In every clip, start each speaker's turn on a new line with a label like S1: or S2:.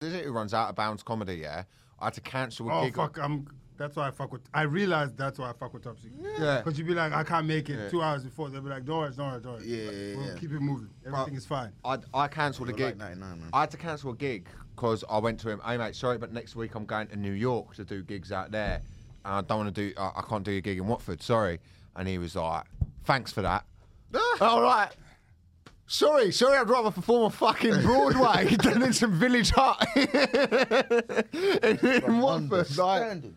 S1: who runs Out of Bounds Comedy, yeah, I had to cancel a
S2: Oh
S1: gig. on-
S2: fuck! I'm. That's why I fuck with. I realized that's why I fuck with Top Secret.
S1: Yeah.
S2: Because you'd be like, I can't make it. Two hours before, they'll be like, don't worry, don't worry, don't worry.
S3: Yeah, yeah,
S2: We'll
S3: yeah.
S2: keep it moving. Everything is fine.
S1: I, I cancelled a
S3: You're like
S1: gig.
S3: 99, man.
S1: I had to cancel a gig because I went to him. Hey mate, sorry, but next week I'm going to New York to do gigs out there, and I don't want to do. I, I can't do a gig in Watford. Sorry. And he was like, "Thanks for that." All right. Sorry, sorry, I'd rather perform on fucking Broadway than in some village hut in Watford. Like,
S3: Understanding.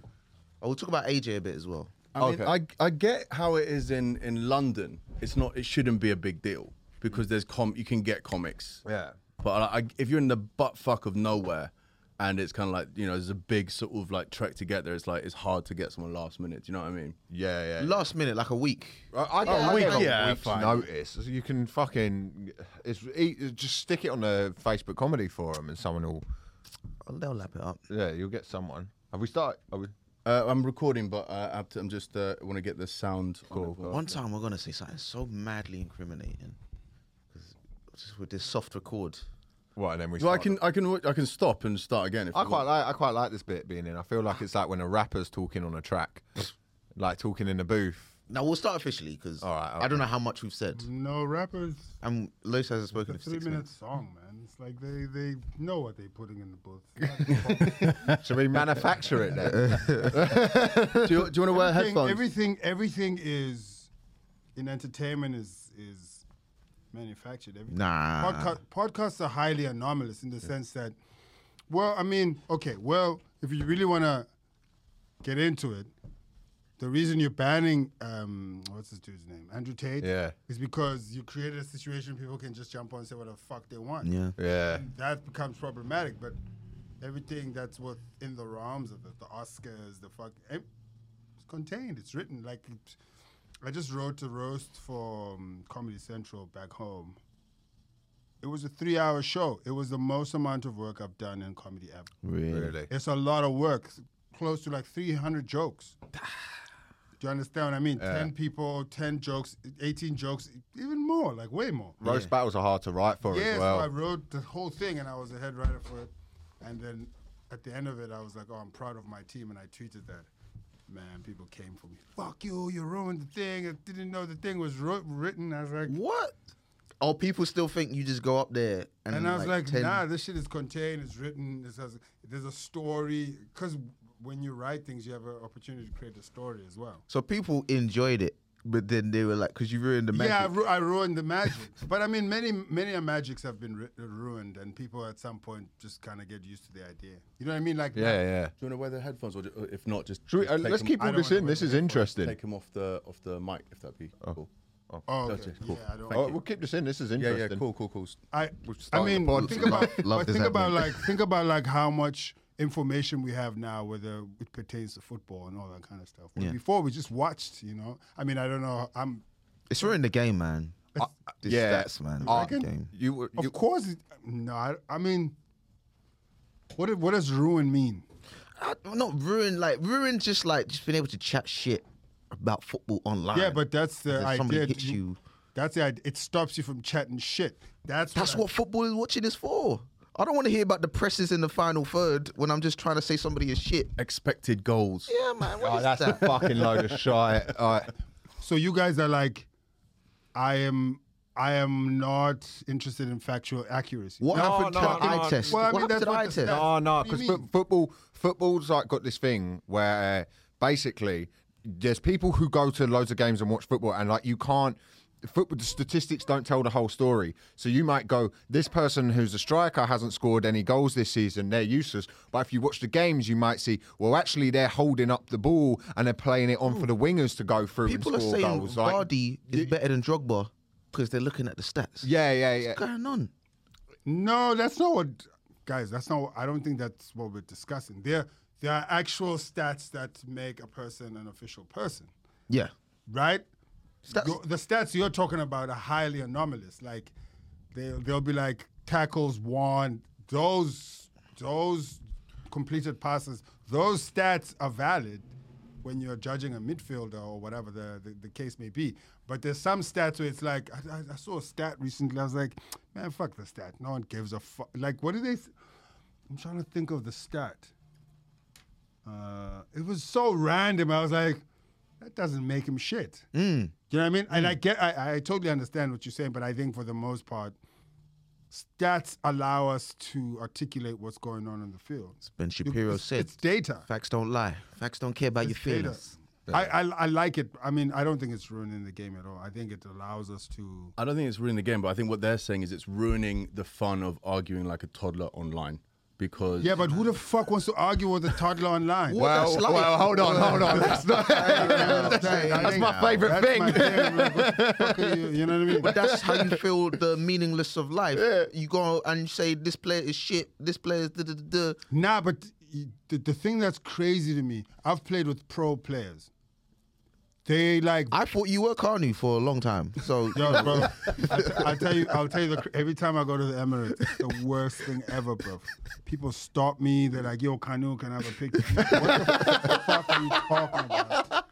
S3: Oh, we'll talk about AJ a bit as well.
S4: I, mean,
S1: Okay.
S4: I I get how it is in in London. It's not. It shouldn't be a big deal because there's com. You can get comics.
S1: Yeah.
S4: But I, I, if you're in the butt fuck of nowhere, and it's kind of like you know, there's a big sort of like trek to get there. It's like it's hard to get someone last minute. Do you know what I mean?
S1: yeah, yeah.
S3: Last minute, like a week.
S1: I, I get,
S4: Oh,
S1: I
S4: week,
S1: get a
S4: yeah,
S1: week's
S4: fine.
S1: notice. You can fucking it's, e- just stick it on a Facebook comedy forum, and someone will
S3: They'll lap it up.
S1: yeah, you'll get someone. Have we started? Are we?
S4: Uh, I'm recording, but uh, I have to, I'm just uh, want to get the sound. Cool.
S3: One time we're gonna say something so madly incriminating, 'Cause just with this soft record.
S1: Well, then we.
S4: So I
S1: start.
S4: can I can I can stop and start again. If
S1: I
S4: you
S1: quite like.
S4: want.
S1: I quite like this bit being in. I feel like it's like when a rapper's talking on a track, like talking in the booth.
S3: Now we'll start officially because
S1: All right,
S3: I don't know how much we've said.
S2: No rappers.
S3: And Los hasn't spoken
S2: The
S3: for
S2: three
S3: six
S2: minute
S3: minutes.
S2: song, man. It's like they they know what they're putting in the book. Everything-
S1: Should we manufacture it then?
S4: do you, do you want to wear headphones?
S2: everything everything is in entertainment is is manufactured. Everything.
S3: Nah.
S2: Podca- podcasts are highly anomalous in the sense that, well, I mean, okay, well, if you really want to get into it, the reason you're banning um, what's this dude's name, Andrew Tate,
S1: Yeah.
S2: is because you created a situation people can just jump on and say what the fuck they want.
S3: Yeah.
S1: yeah.
S2: that becomes problematic. But everything that's within the realms of it, the Oscars, the fuck, it- it's contained. It's written. Like it, I just wrote a roast for um, Comedy Central back home. It was a three-hour show. It was the most amount of work I've done in comedy ever.
S3: Really.
S1: Really.
S2: It's a lot of work, s- close to like 300 jokes. Do you understand what I mean? 10 people, 10 jokes, 18 jokes, even more, like way more.
S1: Roast battles are hard to write for
S2: Yeah,
S1: as well.
S2: so I wrote the whole thing and I was a head writer for it. And then at the end of it, I was like, oh, I'm proud of my team. And I tweeted that. Man, people came for me. Fuck you, you ruined the thing. I didn't know the thing was wrote, written. I was like,
S3: What? Oh, people still think you just go up there and,
S2: and I was like,
S3: 10
S2: nah, this shit is contained, it's written, this has, there's a story. Because when you write things, you have an opportunity to create a story as well.
S3: So people enjoyed it, but then they were like, because you ruined the magic.
S2: Yeah, I, ru- I ruined the magic. but I mean, many many a magics have been ru- ruined, and people at some point just kind of get used to the idea. You know what I mean? Like,
S1: yeah, yeah.
S4: Do you want to wear the headphones, or, ju- or if not, just,
S1: Should we,
S4: just
S1: uh,
S4: take
S1: let's
S4: them-
S1: keep
S2: I
S1: all
S2: don't
S1: this
S2: wanna
S1: in.
S2: wear
S1: This
S2: the
S1: is interesting.
S4: take them off the off the mic if that be cool.
S2: Oh, okay.
S4: Gotcha, cool.
S2: yeah, I don't.
S1: Oh,
S4: Thank
S1: we'll keep this in. This is
S4: Yeah,
S1: interesting.
S4: yeah, cool, cool, cool.
S2: I,
S1: We've
S2: I
S1: started
S2: mean,
S1: the pod.
S2: think about,
S3: Love
S2: but
S3: this
S2: think about
S3: happening.
S2: like, think about like how much information we have now, whether it pertains to football and all that kind of stuff. Well,
S3: Yeah.
S2: Before we just watched, you know. I mean, I don't know. I'm,
S3: It's ruined the game, man. This
S1: yeah.
S3: stats, man.
S1: Uh,
S3: Ruined the game.
S1: You, were-
S2: of
S1: you,
S2: course, it, no. I, I mean, what did- what does ruin mean?
S3: I, not ruined, like ruined, just like just being able to chat shit about football online.
S2: Yeah, but that's the
S3: If somebody
S2: idea.
S3: hits you.
S2: That's the idea. It stops you from chatting shit. That's
S3: that's
S2: I-
S3: what football is watching is for. I don't want to hear about the presses in the final third when I'm just trying to say somebody is shit.
S4: Expected goals.
S3: Yeah, man. What is
S1: oh, that's
S3: that?
S1: a fucking load of shite. All right.
S2: So you guys are like, I am. I am not interested in factual accuracy.
S3: What
S1: No,
S3: happened
S1: no,
S3: to
S1: no,
S3: the eye
S1: no.
S3: test?
S2: Well, I mean,
S3: what happened to the eye
S2: that's
S3: test?
S2: what the
S1: No, no,
S2: What do you
S1: because fo-
S2: mean?
S1: football football's like got this thing where basically there's people who go to loads of games and watch football, and like you can't. Football, the statistics don't tell the whole story. So you might go, this person who's a striker hasn't scored any goals this season, they're useless. But if you watch the games, you might see, well, actually, they're holding up the ball and they're playing it on for the wingers to go through
S3: People are
S1: and score
S3: saying
S1: goals. Like,
S3: Vardy is better than Drogba because they're looking at the stats.
S1: yeah, yeah, yeah.
S3: What's going on?
S2: No, that's not what, guys. That's not. What, I don't think that's what we're discussing. There, there are actual stats that make a person an official person,
S3: Yeah.
S2: right?
S3: Stats-
S2: Yo- the stats you're talking about are highly anomalous. Like, they they'll be like tackles won, those those completed passes. Those stats are valid when you're judging a midfielder or whatever the, the, the case may be. But there's some stats where it's like I, I- I saw a stat recently. I was like, man, fuck the stat. No one gives a fuck. Like, what do they? s- I'm trying to think of the stat. Uh, it was so random. I was like, that doesn't make him shit.
S1: Hmm.
S2: You know what I mean? And I get, I, I totally understand what you're saying, but I think for the most part, stats allow us to articulate what's going on in the field.
S3: Ben Shapiro
S2: it's,
S3: said,
S2: it's data.
S3: "Facts don't lie. Facts don't care about your
S2: It's data.
S3: feelings."
S2: I, I I like it. I mean, I don't think it's ruining the game at all. I think it allows us to.
S4: I don't think it's ruining the game, but I think what they're saying is it's ruining the fun of arguing like a toddler online because
S2: Yeah, but who the fuck wants to argue with a toddler online?
S1: Well,
S3: that's life.
S1: well, hold on, hold on. That's, not, that's, that's my favorite
S2: That's
S1: thing.
S2: my thing. Like, what the fuck are you, you know what I mean?
S3: But that's how you feel the meaningless of life. You go and you say this player is shit. This player is da da da. da."
S2: Nah, but y- the, the thing that's crazy to me, I've played with pro players. They like,
S3: I thought you were Carnu for a long time. So
S2: yo, bro. I t- I'll tell you, I'll tell you. The, cr- every time I go to the Emirates, it's the worst thing ever, bro. People stop me. They're like, "Yo, Kanu, can I have a picture?" what the fuck are you talking about?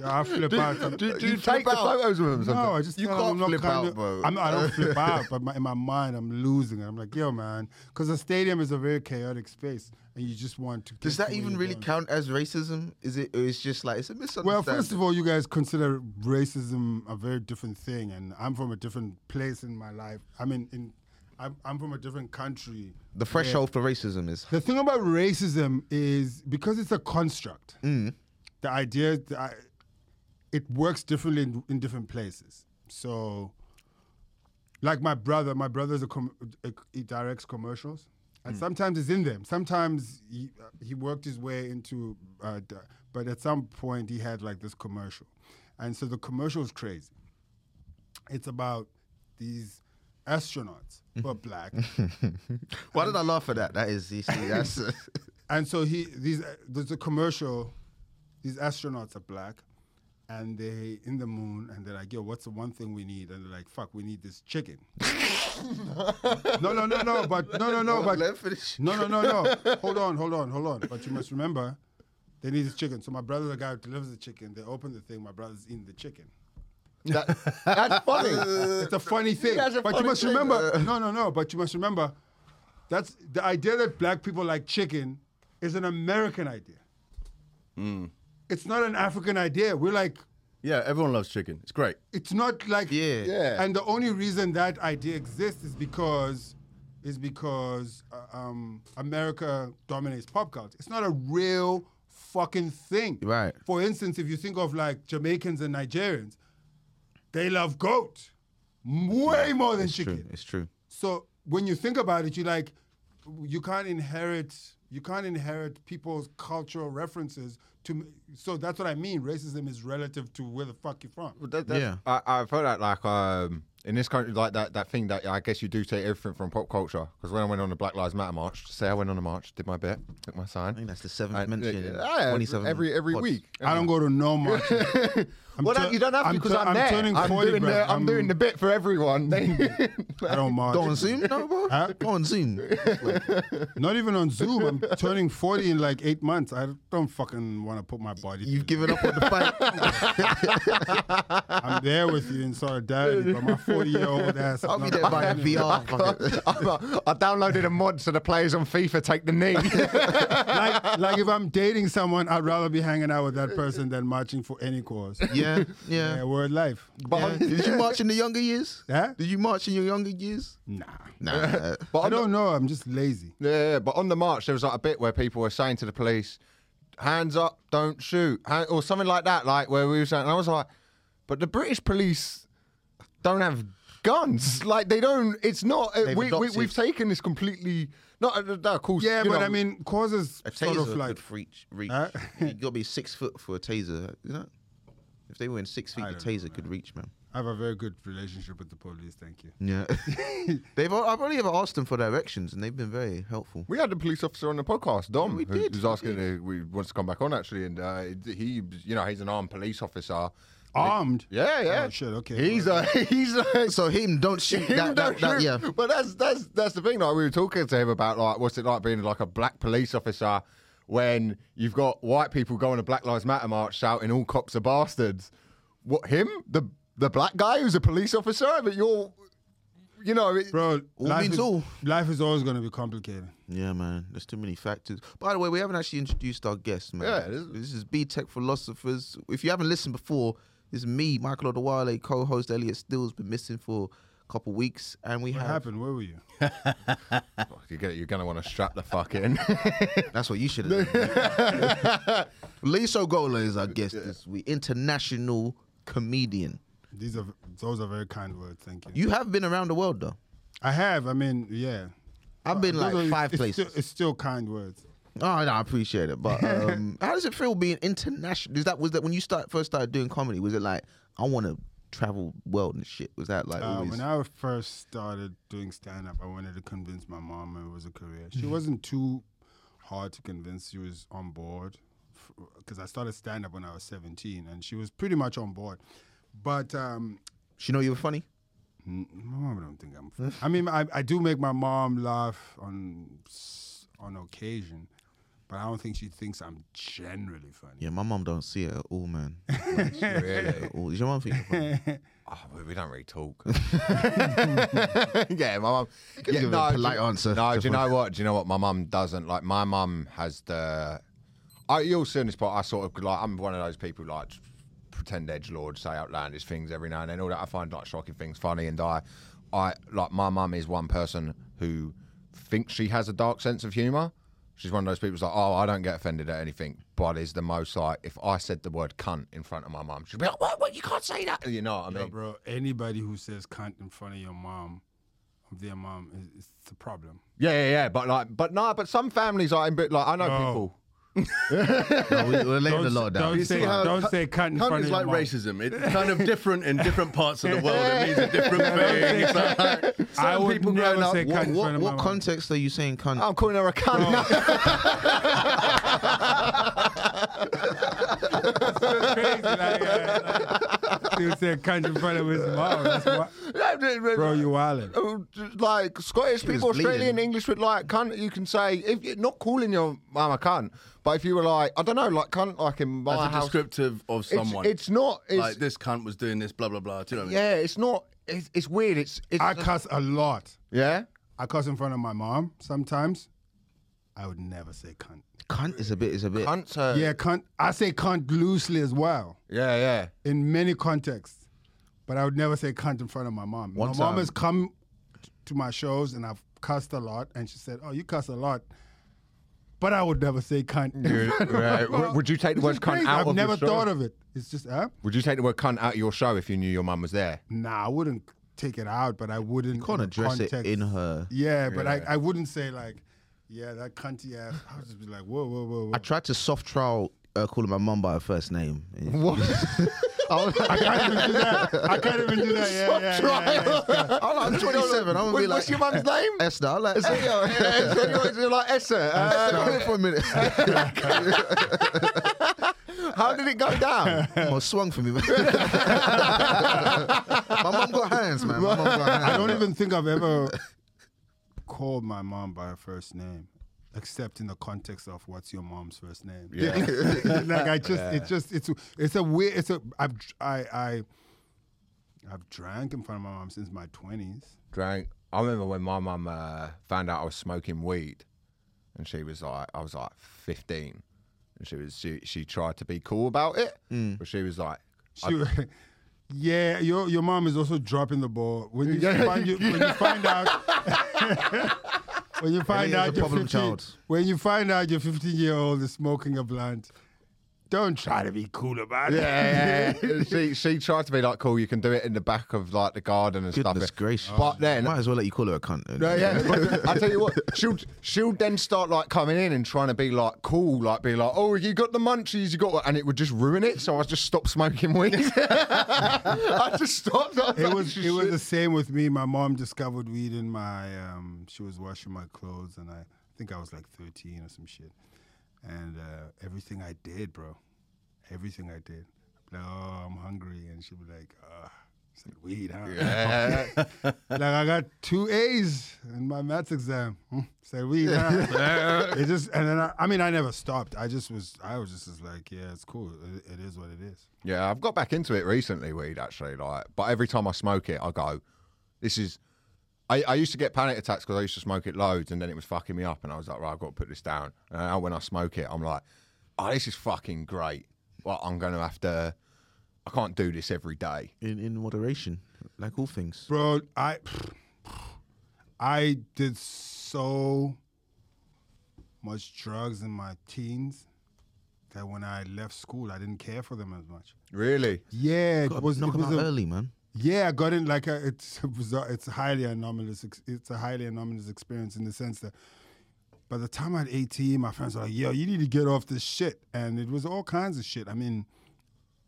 S2: Yo, I flip out. sometimes.
S1: Do, do you, take the photos with them?
S2: No,
S1: sometimes?
S2: I just
S1: you
S2: tell them
S1: can't
S2: I'm not
S1: flip
S2: kinda-
S1: out, bro.
S2: I'm, I don't flip out, but my, in my mind, I'm losing it. I'm like, yo, man, because a stadium is a very chaotic space, and you just want to. get
S3: does that
S2: to where
S3: even
S2: you're
S3: really
S2: going.
S3: count as racism? Is it? Or it's just like it's a misunderstanding.
S2: Well, first of all, you guys consider racism a very different thing, and I'm from a different place in my life. I mean, in I'm, I'm from a different country.
S3: the threshold for racism is
S2: The thing about racism is because it's a construct. The idea that I, it works differently in, in different places. So, like my brother, my brother's a com- a, he directs commercials, and sometimes it's in them. Sometimes he, uh, he worked his way into, uh, di- but at some point he had like this commercial, and so the commercial is crazy. It's about these astronauts who are black.
S3: Why did I laugh at that? That is, you see, that's
S2: And so he these uh, there's a commercial. These astronauts are black, and they in the moon, and they're like, "Yo, what's the one thing we need?" And they're like, "Fuck, we need this chicken." no, no, no, no, but no, no, no, but
S3: let me finish.
S2: no, no, no, no. Hold on, hold on, hold on. But you must remember, they need this chicken. So my brother's the guy who delivers the chicken. They open the thing. My brother's eating the chicken.
S1: That, that's funny.
S2: It's a funny thing.
S1: That's a
S2: but
S1: funny
S2: you must
S1: thing.
S2: remember, no, no, no. But you must remember, that's the idea that black people like chicken is an American idea. It's not an African idea. We're like,
S4: yeah, everyone loves chicken. It's great.
S2: it's not like
S3: Yeah.
S1: Yeah.
S2: And the only reason that idea exists is because is because uh, um, America dominates pop culture. It's not a real fucking thing.
S3: Right.
S2: For instance, if you think of like Jamaicans and Nigerians, they love goat way more than chicken.
S3: true. It's true.
S2: So when you think about it, you like you can't inherit you can't inherit people's cultural references to. m- So that's what I mean. Racism is relative to where the fuck you're from.
S1: That- that-
S3: Yeah.
S1: I, I felt like like um in this country like that that thing that I guess you do take everything from pop culture because when I went on the Black Lives Matter march, say I went on a march, did my bit, took my sign. I
S3: think that's the seventh mention in
S1: yeah,
S3: 27
S1: every every
S3: pods.
S1: week.
S2: I don't go to no march.
S1: well, that- you don't have to because I'm, there.
S2: turning
S1: I'm
S2: 40,
S1: doing
S2: bruv.
S1: the I'm doing the bit for everyone.
S2: I don't march.
S3: Go on Zoom, no, bro.
S2: Huh?
S3: Go on Zoom.
S2: Not even on Zoom. I'm turning 40 in like eight months. I don't fucking want to put my body.
S3: You've
S2: through
S3: given up on the fight.
S2: that. I'm there with you in solidarity, but my 40 year old ass. is
S3: I'll be
S2: not
S3: there by
S2: doing it.
S3: VR. fuck it.
S1: I'm a- I downloaded a mod so the players on FIFA take the knee.
S2: like, like if I'm dating someone, I'd rather be hanging out with that person than marching for any cause.
S3: Yeah,
S2: Yeah,
S3: yeah.
S2: word life.
S3: yeah. Did you march in the younger years?
S2: Huh?
S3: Did you march in your younger years?
S2: Nah.
S3: Nah.
S1: But
S2: I
S1: on the-
S2: don't know. I'm just lazy.
S1: Yeah, yeah, but on the march there was like a bit where people were saying to the police, "Hands up, don't shoot," ha- or something like that. Like where we were saying, and I was like, "But the British police don't have guns. Like they don't. It's not. uh,
S3: They've
S1: we, we
S3: adopted-
S1: we've taken this completely. Not uh, no, of course.
S2: Yeah,
S1: you
S2: but
S1: know,
S2: I mean, causes
S3: A
S2: sort
S3: taser
S2: of like.
S3: could reach. reach.
S2: Huh?
S3: you gotta be six foot for a taser. You know, if they were in six feet,
S2: I
S3: the
S2: don't know,
S3: taser could reach, man.
S2: I have a very good relationship with the police. Thank you.
S3: Yeah. They've. al- I've only ever asked them for directions, and they've been very helpful.
S1: we had a police officer on the podcast, Dom,
S3: we
S1: who-
S3: did,
S1: who's
S3: we
S1: asking if we wants to come back on actually, and uh, he, you know, he's an armed police officer.
S2: Armed.
S1: Yeah, yeah.
S2: Oh, shit, okay.
S1: He's a he's uh, a
S3: So him, don't shoot.
S1: Him
S3: that,
S1: don't
S3: that, that,
S1: shoot.
S3: yeah.
S1: But that's that's that's the thing. Like we were talking to him about, like what's it like being like a black police officer when you've got white people going to Black Lives Matter march shouting all cops are bastards. What him the the black guy who's a police officer, but you're you know, it,
S2: Bro,
S3: All
S2: life,
S3: means
S2: is,
S3: all.
S2: life is always going to be complicated.
S3: Yeah, man. There's too many factors. By the way, we haven't actually introduced our guest, man.
S1: Yeah, this-
S3: this is B Tech Philosophers. If you haven't listened before, it's me, Michael Odewale, co-host Elliot Stills, been missing for a couple weeks, and we
S2: What
S3: have.
S2: happened? Where were you?
S1: you get, you're gonna want to strap the fuck in.
S3: That's what you should have done. Luis Ogola is our guest this week, international comedian.
S2: These are those are very kind words. Thank you.
S3: You have been around the world though.
S2: I have. I mean, yeah.
S3: I've been
S2: Those
S3: like
S2: are-
S3: five
S2: it's
S3: places.
S2: Still, it's still kind words.
S3: Oh, no, I appreciate it. But um, how does it feel being international? Is that was that when you start first started doing comedy? Was it like I want to travel world and shit? Was that like
S2: Uh,
S3: always?
S2: when I first started doing stand up, I wanted to convince my mom it was a career.
S3: Mm-hmm.
S2: She wasn't too hard to convince. She was on board because I started stand up when I was 17 and she was pretty much on board. But um,
S3: she know you were funny.
S2: n- my mom don't think I'm funny. I mean, I, I do make my mom laugh on s- on occasion, but I don't think she thinks I'm generally funny.
S3: Yeah, my mom don't see it at all, man. At all. Is your mom think you're funny?
S1: Oh, we- we don't really talk. yeah, my mum.
S3: could
S1: yeah,
S3: give a
S1: do-
S3: polite answer
S1: No,
S3: to
S1: do you know what? Do you know what? My mum doesn't like. My mum has the. I, you'll see in this part. I sort of like. I'm one of those people like pretend edge lord, say outlandish things every now and then. All that I find like shocking things funny, and I, I like my mum is one person who thinks she has a dark sense of humor. She's one of those people who's like, oh, I don't get offended at anything, but is the most like, if I said the word cunt in front of my mum, she'd be like, what, what, you can't say that. You know what I mean?
S2: Yo, bro, anybody who says cunt in front of your mom, of their mom, is it's a problem.
S1: Yeah, yeah, yeah. But like, but no, but some families are in bit like I know
S2: No.
S1: people.
S3: no, we, we're laying the law
S2: Don't,
S3: down.
S2: don't say,
S4: how
S2: don't
S4: cunt-
S2: say cunt in front
S4: Cunt
S2: of
S4: is
S2: your
S4: like
S2: mom.
S4: racism. It's kind of different in different parts of the world. It means a different thing. It's like, some
S2: I would
S4: people
S2: never
S4: growing up.
S2: say cunt
S3: What,
S2: in front
S3: what,
S2: of
S3: what
S2: my mom.
S3: context are you saying, cunt?
S1: I'm calling her a cunt. No.
S2: That's crazy. Like, uh, like, dude said cunt in front of his mom. That's wi- bro, you wildin'.
S1: Oh, just, Like Scottish people,
S3: was bleeding.
S1: Australian English with like cunt. You can say if you're not calling your mum a cunt, but if you were like I don't know, like cunt, like in my
S4: As a
S1: house,
S4: descriptive of
S1: it's,
S4: someone.
S1: it's not. It's,
S4: like this cunt was doing this, blah blah blah. Do you know what I mean?
S1: yeah, it's not. It's, it's weird. It's, it's
S2: I cuss a lot.
S1: yeah.
S2: I cuss in front of my mom sometimes. I would never say cunt.
S3: cunt is a bit. Is a bit.
S1: Cunt. Uh, yeah,
S2: Yeah, cunt. I say cunt loosely as well
S1: yeah, yeah.
S2: in many contexts, but I would never say cunt in front of my mom.
S3: One
S2: my mom
S3: time-
S2: has come to my shows and I've cussed a lot, and she said, "Oh, you cuss a lot," but I would never say cunt. in front of my
S1: right.
S2: mom.
S1: Would- would you take the
S2: This
S1: word
S2: is
S1: cunt
S2: crazy.
S1: out
S2: I've
S1: of your
S2: never
S1: show?
S2: thought of it. It's just, huh?
S1: Would you take the word cunt out of your show if you knew your mum was there?
S2: Nah, I wouldn't take it out, but I wouldn't.
S3: Can't
S2: in
S3: address it
S2: context-
S3: in her.
S2: Yeah, but I, I wouldn't say like, yeah, that cunty ass. I would just be like, whoa, whoa, whoa, whoa.
S3: I tried to soft trial uh, calling my mum by her first name.
S1: What?
S2: I can't even do that. I can't even do that. Yeah, yeah, yeah, yeah.
S3: I'm 27. I'm gonna be like
S1: What's your mum's name?
S3: Esther. I'm like,
S1: So, yeah, yeah, so you're- you're like, "Yes, sir, uh,
S3: Esther. Hold it for a minute.
S1: how did it go down?
S3: Well, swung for me. man. my mum got hands, man. My mum got hands.
S2: I don't even think I've ever called my mom by her first name, except in the context of what's your mom's first name. Yeah. like I just, it just, it's, it's a weird, it's a, I've, dr- I, I, I've drank in front of my mom since my twenties.
S1: Drank. I remember when my mum uh, found out I was smoking weed, and she was like, I was like 15, and she was she she tried to be cool about it, but Hmm. she was like,
S2: She, yeah, your your mom is also dropping the ball when you find you, when you find out. When you find
S3: is a
S2: out you're
S3: problem
S2: 15,
S3: child.
S2: when you find out your 15 year old is smoking a blunt, don't try to be cool about it.
S1: yeah. she she tried to be like cool. You can do it in the back of like the garden and
S3: Goodness
S1: stuff.
S3: gracious.
S1: But then
S3: Might as well let you call her a cunt. then.
S1: No, yeah. but I tell you what, she'll she'll then start like coming in and trying to be like cool, like be like, oh, you got the munchies, you got, what-" and it would just ruin it. So I just stopped smoking weed. I just stopped. I
S2: It
S1: like,
S2: was it was the same with me. My mom discovered weed in my um, she was washing my clothes, and I think I was like 13 or some shit. And uh, everything I did, bro, everything I did, like oh, I'm hungry, and she'd be like, ah, it's like weed, huh?
S1: Yeah.
S2: like I got two A's in my maths exam. Hmm, Said we. nah. it just and then I, I mean I never stopped. I just was I was just, like yeah, it's cool. It, it is what it is.
S1: yeah, I've got back into it recently, weed actually. Like, but every time I smoke it, I go, this is. I, I used to get panic attacks because I used to smoke it loads, and then it was fucking me up, and I was like, right, I've got to put this down. And now when I smoke it, I'm like, oh, this is fucking great. Well, I'm gonna have to. I can't do this every day.
S3: in, in moderation, like all things.
S2: bro. I I did so much drugs in my teens that when I left school, I didn't care for them as much.
S1: Really?
S2: Yeah, it
S3: Gotta
S2: was,
S3: knock
S2: it
S3: 'em
S2: was
S3: out
S2: a-
S3: early, man.
S2: yeah. I got in like a, it's a bizarre, it's a highly anomalous. ex- It's a highly anomalous experience in the sense that. By the time I had 18, my friends were like, yo, you need to get off this shit. And it was all kinds of shit. I mean,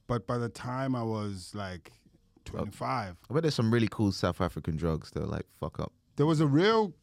S2: but by the time I was like 25,
S3: I bet there's some really cool South African drugs that are like fuck up.
S2: There was a real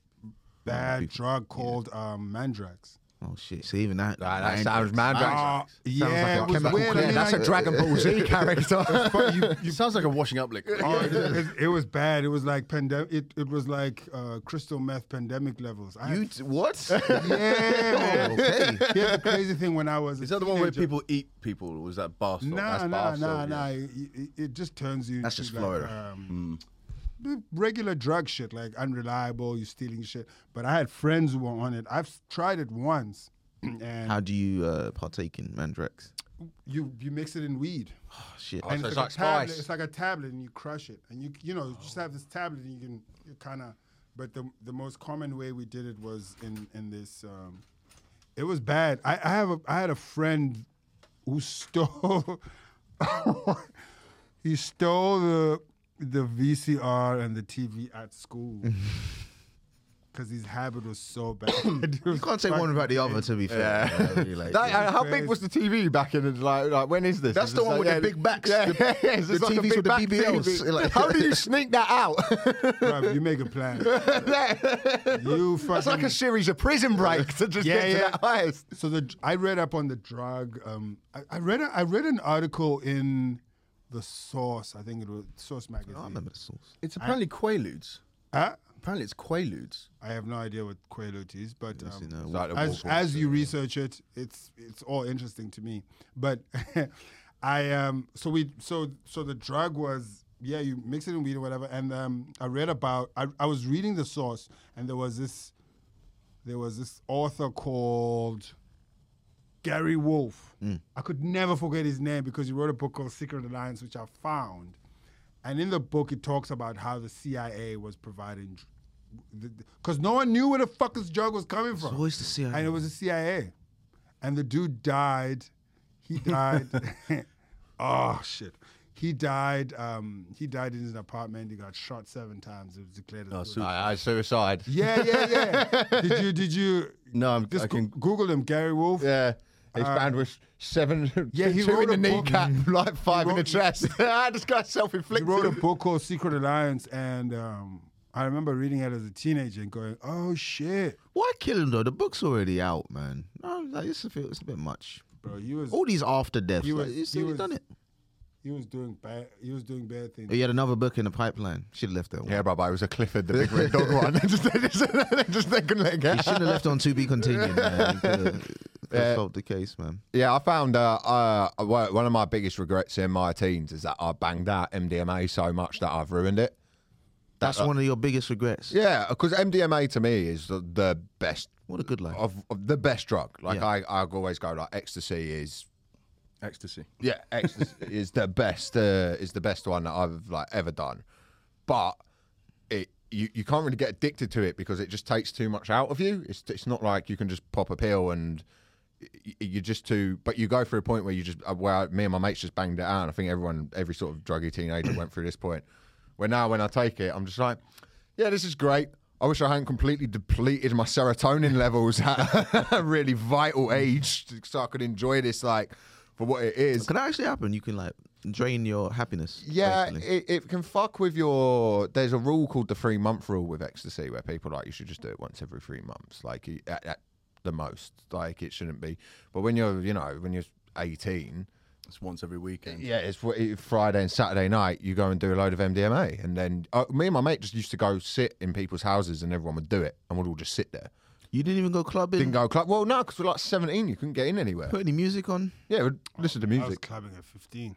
S2: bad
S3: people-
S2: drug called um, Mandrax.
S3: Oh shit! So even that.
S1: Nah,
S3: I
S1: that
S3: ain't-
S1: sounds mad.
S2: Ah,
S1: That
S2: yeah,
S3: like a
S2: it was
S3: chemical
S2: weird. I
S3: cleanse.
S2: mean,
S1: that's
S2: I-
S1: a Dragon Ball Z character.
S2: but you-
S4: It sounds like a washing up lick.
S2: oh, it, it, it was bad. It was like pandemic. It, it was like uh, crystal meth pandemic levels. I
S3: You
S2: had-
S3: t- what?
S2: yeah, man.
S3: okay.
S2: Here's the crazy thing when I was
S4: Is
S2: a
S4: that the one where
S2: teenager-
S4: people eat people? Or was that bar soap?
S2: Nah,
S4: That's
S2: nah,
S4: bar soap,
S2: nah,
S4: yeah.
S2: nah. It, it- it just turns you.
S3: That's
S2: into
S3: just
S2: like,
S3: Florida.
S2: um, the Regular drug shit, like unreliable, you stealing shit. But I had friends who were on it. I've tried it once, and
S3: How do you uh, partake in Mandrax?
S2: you you mix it in weed.
S3: Oh shit!
S1: Oh,
S2: and
S1: so it's
S2: it's, like,
S1: like
S2: a tablet.
S1: spice.
S2: It's like a tablet, and you crush it, and you you know you just have this tablet, and you can you kind of. But the the most common way we did it was in in this. Um, it was bad. I, I have a I had a friend who stole. he stole the the VCR and the TV at school. Because his habit was so bad.
S3: You can't say one without the other. To be fair, yeah. like,
S1: That, uh, how big
S2: crazy.
S1: was the TV back in the like, like when is this?
S3: That's
S1: Is
S3: the
S1: this
S3: one
S1: like-
S3: with the
S1: yeah,
S3: big backs,
S1: Yeah,
S3: the-
S1: yeah, it's
S3: the
S1: just like a
S3: TVs
S1: big
S3: with the
S1: back
S3: BBLs,
S1: TV.
S3: like-
S1: how do you sneak that out?
S2: Bruv, you make a plan. you fucking.
S1: That's like a series of prison break to just
S2: Yeah,
S1: get
S2: yeah.
S1: to that highest.
S2: so the I read up on the drug. Um, I, I read a, I read an article in the Source. I think it was Source magazine.
S3: I remember the source.
S4: It's apparently Quaaludes.
S2: Huh?
S4: Apparently it's Quaaludes.
S2: I have no idea what Quaalude is, but
S3: You
S2: um,
S3: know,
S2: as as you research it, it's it's all interesting to me. But I um so we so so the drug was yeah you mix it in weed or whatever, and um I read about I I was reading the source and there was this there was this author called Gary Wolf. I could never forget his name because he wrote a book called Secret Alliance, which I found. And in the book, it talks about how the CIA was providing, because no one knew where the fuck this drug was coming from.
S3: always the CIA.
S2: And it was the CIA. And the dude died. He died. oh shit. He died. Um, he died in his apartment. He got shot seven times. It was declared. as suicide.
S1: suicide.
S2: Yeah, yeah, yeah. did you? Did you?
S4: No, I'm,
S2: Just
S4: I can.
S2: goo- Google him, Gary Wolf.
S1: Yeah. His band was seven,
S2: Uh, yeah, he
S1: two
S2: wrote a
S1: in the
S2: book.
S1: kneecap, like five in the
S2: wrote-
S1: chest. this guy
S2: He
S1: self-inflicted.
S2: wrote a book called Secret Alliance, and um, I remember reading it as a teenager and going, "Oh shit,
S3: Why kill him though? The book's already out, man. No, like, it's, a, bit- it's a bit much.
S2: bro! He was
S4: Oh.
S3: All these after deaths,
S2: He
S3: like,
S2: was-
S3: it's
S2: he
S3: already
S2: was-
S3: done it.
S2: he was doing bad. He was doing bad things."
S3: He had another book in the pipeline. Should have left that one.
S1: Yeah, brother, it was a Clifford the Big Red Dog one. They just, they just, they just they couldn't let it
S3: He
S1: get.
S3: should have left on to be continued. Man. He could've- could've solved the case, man.
S1: Yeah, I found uh, uh, one one of my biggest regrets in my teens is that I banged out MDMA so much that I've ruined it.
S3: That's one of your biggest regrets.
S1: uh, Yeah, because MDMA to me is the, the best
S3: What a good life.
S1: of, of the best drug. Like
S3: Yeah.
S1: I, I always go like ecstasy is
S4: Ecstasy.
S1: yeah, ecstasy is the best uh, is the best one that I've like ever done. But it you, you can't really get addicted to it because it just takes too much out of you. It's it's not like you can just pop a pill and y- you're just too. But you go through a point where you just uh, where me and my mates just banged it out. And I think everyone, every sort of druggy teenager went through this point. Where now when I take it, I'm just like, yeah, this is great. I wish I hadn't completely depleted my serotonin levels at a really vital age, so I could enjoy this like for what it is.
S3: Can that actually happen? You can like drain your happiness.
S1: Yeah,
S3: basically.
S1: it, it can fuck with your. There's a rule called the three month rule with ecstasy where people are like you should just do it once every three months, like you- at, at the most. Like it shouldn't be. But when you're, you know, when you're 18,
S4: It's once every weekend.
S1: yeah, it's fr- it- Friday and Saturday night. You go and do a load of MDMA, and then uh, me and my mate just used to go sit in people's houses, and everyone would do it, and we'd all just sit there.
S3: you didn't even go clubbing.
S1: Didn't go club. Well, no, because we're like 17, you couldn't get in anywhere.
S3: Put any music on.
S1: Yeah, we'd listen to
S2: I was
S1: music.
S2: clubbing at fifteen.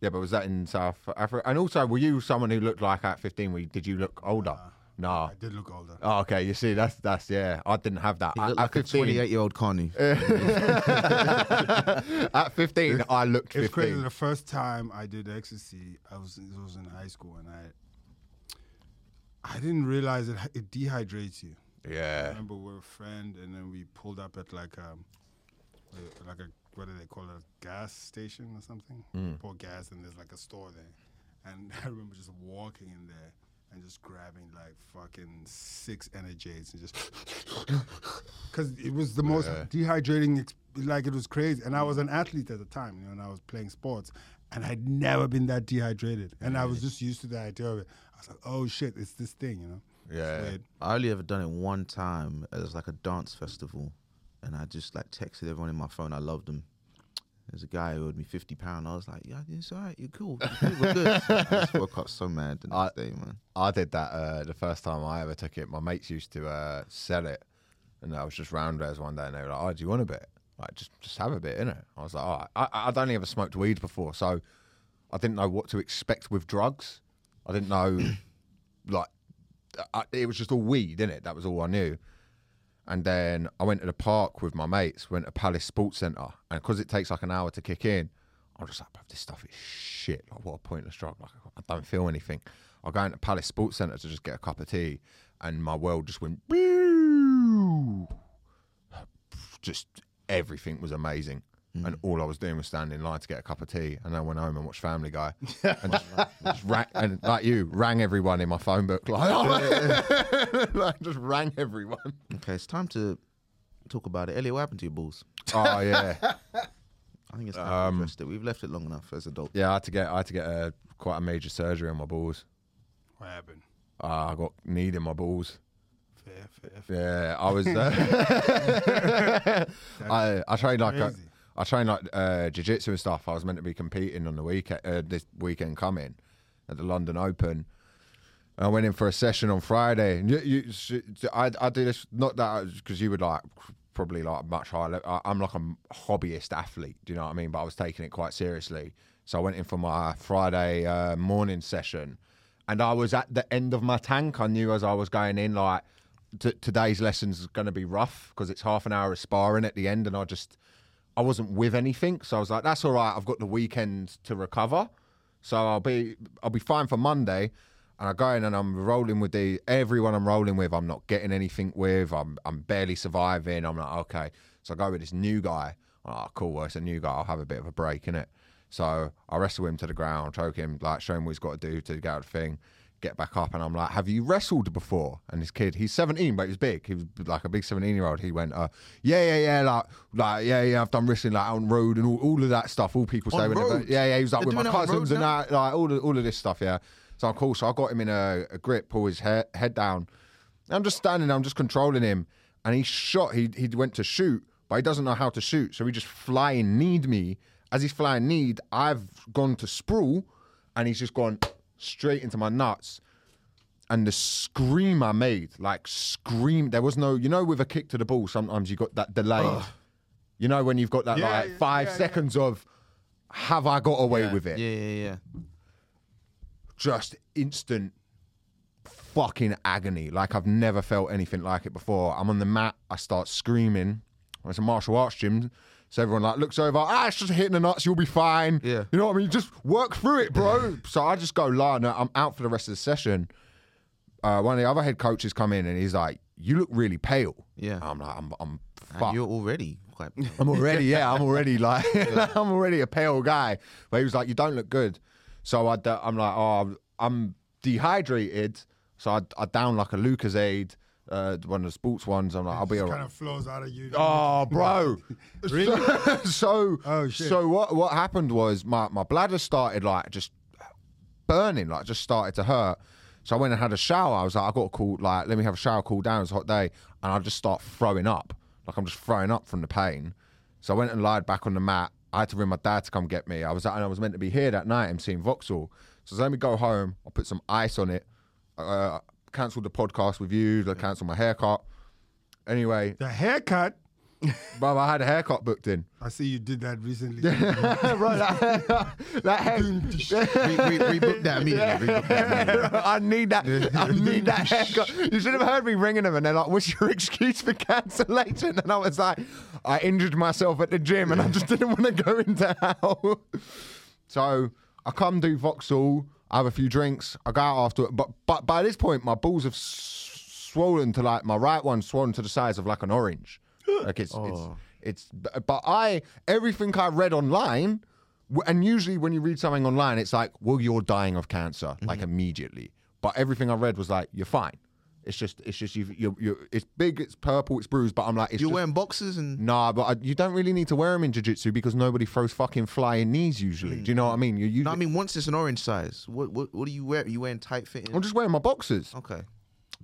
S1: Yeah, but was that in South Africa? And also, were you someone who looked like at 15? Were you, did you look older? Nah.
S2: I did look older.
S1: Oh, okay, you see, that's that's yeah. I didn't have that.
S3: He
S1: I,
S3: looked
S1: at
S3: like a
S1: 15,
S3: twenty-eight-year-old Carney.
S1: at 15, I looked
S2: It's crazy.
S1: 15.
S2: The first time I did ecstasy, I was, it was in high school, and I I didn't realize it, it dehydrates you. I
S1: Yeah,
S2: remember we were a friend, and then we pulled up at like um uh, like a what do they call it, a gas station or something? Pour gas, and there's like a store there. And I remember just walking in there and just grabbing like fucking six energates and just because it was the most dehydrating. Ex- like it was crazy, and I was an athlete at the time, you know, and I was playing sports, and I'd never been that dehydrated, and I was just used to the idea of it. I was like, oh shit, it's this thing, you know. It's
S1: Yeah.
S2: weird.
S3: I only ever done it one time. It was like a dance festival, and I just like texted everyone in my phone. I loved them. There's a guy who owed me fifty pound. I was like, "Yeah, it's all right. You're cool. You're good, we're good." I just woke up so mad the next day, man.
S1: I did that uh, the first time I ever took it. My mates used to uh, sell it, and I was just round theirs one day, and they were like, "Oh, do you want a bit? Like, just just have a bit in it." I was like, "All right." I, I- I'd only ever smoked weed before, so I didn't know what to expect with drugs. I didn't know, like, I, it was just all weed, in it. That was all I knew. And then I went to the park with my mates, went to Palace Sports Centre. And because it takes like an hour to kick in, I'm just like, bruv, this stuff is shit. Like, what a pointless drug. Like, I don't feel anything. I go into Palace Sports Centre to just get a cup of tea, and my world just went, "Boo!" just everything was amazing. And all I was doing was standing in line to get a cup of tea, and I went home and watched Family Guy, and just, just rang, and like you, rang everyone in my phone book, like, like just rang everyone.
S3: Okay, it's time to talk about it. Elliot, what happened to your balls?
S1: Oh yeah,
S3: I think it's time
S1: Um,
S3: to address it. We've left it long enough as adults.
S1: yeah. I had to get I had to get a, quite a major surgery on my balls.
S2: What happened?
S1: Uh, I got kneed in my balls.
S2: Fair, fair, fair.
S1: Yeah, I was. Uh, I I trained like a,
S2: crazy.
S1: I trained like uh, jiu-jitsu and stuff. I was meant to be competing on the weekend uh, this weekend coming at the London Open. I went in for a session on Friday. And you, you, sh- I, I do this not that because you would like probably like much higher. level. I, I'm like a m- hobbyist athlete. Do you know what I mean? But I was taking it quite seriously, so I went in for my Friday uh, morning session, and I was at the end of my tank. I knew as I was going in, like t- today's lesson's going to be rough because it's half an hour of sparring at the end, and I just I wasn't with anything, so I was like, "That's all right. I've got the weekend to recover, so I'll be I'll be fine for Monday." And I go in and I'm rolling with the everyone I'm rolling with. I'm not getting anything with. I'm I'm barely surviving. I'm like, okay. So I go with this new guy. I'm like, "Oh, cool. Well, it's a new guy. I'll have a bit of a break in it. So I wrestle him to the ground, choke him, like show him what he's got to do to get out of the thing, get back up. And I'm like, have you wrestled before? And this kid, he's 17, but he was big. He was like a big 17 year old. He went, uh, yeah, yeah, yeah, like, like, yeah, yeah, I've done wrestling like on road and all, all of that stuff. All people say,
S3: On
S1: when they're-
S3: road?
S1: yeah, yeah, he was like
S3: They're
S1: with my
S3: doing it on roads
S1: cousins and
S3: now?
S1: that, like all of, all of this stuff. Yeah. So I'm cool. So I got him in a, a grip, pull his he- head down. I'm just standing there, I'm just controlling him. And he shot, he, he went to shoot, but he doesn't know how to shoot. So he just flying kneed me. As he's flying kneed, I've gone to sprawl and he's just gone straight into my nuts. And the scream I made, like scream, there was no, you know, with a kick to the ball, sometimes you got that delayed. You know, when you've got that
S2: Yeah,
S1: like
S2: yeah,
S1: five
S2: yeah, yeah.
S1: seconds of, have I got away with it?
S3: Yeah, yeah, yeah.
S1: just instant fucking agony. Like I've never felt anything like it before. I'm on the mat, I start screaming. It's a martial arts gym. So everyone like looks over, ah, it's just hitting the nuts, you'll be fine.
S3: Yeah.
S1: You know what I mean? Just work through it, bro. so I just go, la, no, I'm out for the rest of the session. Uh, one of the other head coaches come in and he's like, You look really pale.
S3: Yeah.
S1: I'm like, I'm I'm
S3: And
S1: fucked.
S3: you're already quite.
S1: I'm already, yeah, I'm already like, I'm already a pale guy. But he was like, you don't look good. So I, d- I'm like, oh, I'm- I'm dehydrated. So I, I down like a Lucasade, uh, one of the sports ones. I'm like, I'll be all
S2: Kind
S1: right.
S2: of flows out of you.
S1: Oh, bro.
S2: Really?
S1: so,
S2: Oh, shit.
S1: so what what happened was my my bladder started like just burning, like just started to hurt. So I went and had a shower. I was like, I got to cool, like let me have a shower, cool down. It's a hot day, and I just start throwing up, like I'm just throwing up from the pain. So I went and lied back on the mat. I had to ring my dad to come get me. I was and I was meant to be here that night. I'm seeing Vauxhall. So I said, let me go home. I put some ice on it. Uh, cancelled the podcast with you. I cancelled my haircut. Anyway,
S2: The haircut.
S1: Bro, I had a haircut booked in.
S2: I see you did that recently.
S1: Bro, that, that hair.
S3: Re- re- rebook that immediately. Rebook that immediately.
S1: I need that. I need that haircut. You should have heard me ringing them, and they're like, "What's your excuse for cancellation?" And I was like, "I injured myself at the gym, and I just didn't want to go into hell." So I come do Vauxhall. I have a few drinks. I go out after it, but but by this point, my balls have s- swollen to like my right one swollen to the size of like an orange. Like it's
S3: Oh.
S1: it's it's. But I everything I read online W- and usually when you read something online, it's like, well, you're dying of cancer, like
S3: Mm-hmm.
S1: immediately. But everything I read was like, you're fine. It's just, it's just you, you, you. It's big, it's purple, it's bruised. But I'm like, it's
S3: You're
S1: just,
S3: wearing boxes and
S1: Nah, but I, you don't really need to wear them in jiu-jitsu because nobody throws fucking flying knees usually. Do you know what I mean? You, you,
S3: no, I mean once it's an orange size. What what what do you wear? Are you wearing tight fitting?
S1: I'm just wearing my boxers.
S3: Okay.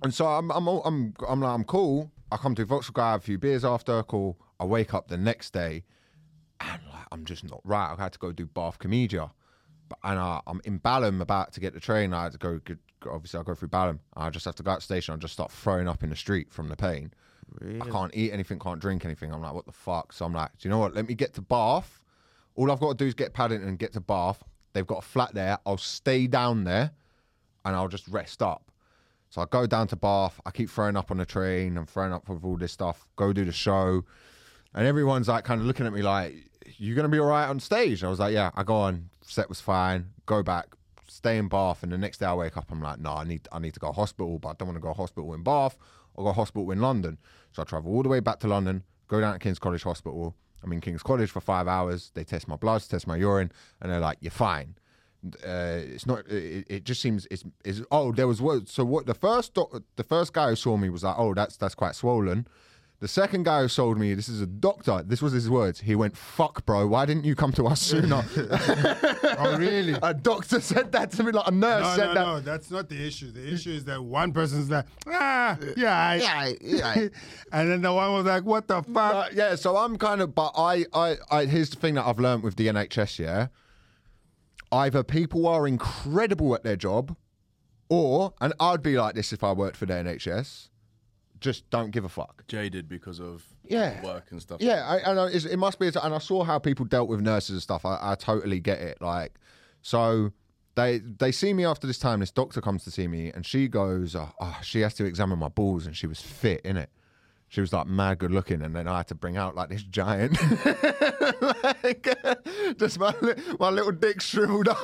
S1: And so I'm, I'm, all- I'm, I'm like, I'm cool. I come to Vauxhall Guy, have a few beers after, cool. I wake up the next day, and like, I'm just not right. I had to go do Bath Comedia, but and I, I'm in Balham about to get the train. I had to go. Get, obviously, I go through Balham. I just have to go out to the station. I just start throwing up in the street from the pain. I can't eat anything, can't drink anything. I'm like, what the fuck? So I'm like, do you know what? Let me get to Bath. All I've got to do is get Paddington and get to Bath. They've got a flat there. I'll stay down there and I'll just rest up. So I go down to Bath. I keep throwing up on the train. I'm throwing up with all this stuff. Go do the show. And everyone's like kind of looking at me like, you're going to be all right on stage. I was like, yeah, I go on. Set was fine. Go back. Stay in Bath. And the next day I wake up, I'm like, no, I need, I need to go to hospital, but I don't want to go to hospital in Bath. I'll go to hospital in London. So I travel all the way back to London, go down to King's College Hospital. I'm in King's College for five hours. They test my bloods, test my urine, and they're like, you're fine uh, it's not. It, it just seems it's, it's. Oh, there was what? So what? The first doc, the first guy who saw me was like, oh, that's that's quite swollen. The second guy who sold me, this is a doctor. This was his words. He went, "Fuck, bro, why didn't you come to us sooner?"
S2: oh, really?
S1: a doctor said that to me, like a nurse
S2: No,
S1: said
S2: no,
S1: that.
S2: no. That's not the issue. The issue is that one person's like, ah, yeah, I,
S3: Yeah, yeah.
S2: and then the one was like, what the fuck?
S1: Uh, yeah, so I'm kind of, but I, I, I, here's the thing that I've learned with the NHS, yeah. Either people are incredible at their job, or, and I'd be like this if I worked for the NHS, just don't give a fuck.
S4: Jaded because of
S1: Yeah.
S4: work and stuff.
S1: Yeah, I, I know it's, it must be, and I saw how people dealt with nurses and stuff. I, I totally get it. Like, so they they see me after this time. This doctor comes to see me, and she goes, oh, oh, she has to examine my balls, and she was fit in it. She was like mad good looking, and then I had to bring out like this giant, like just my li- my little dick shriveled up,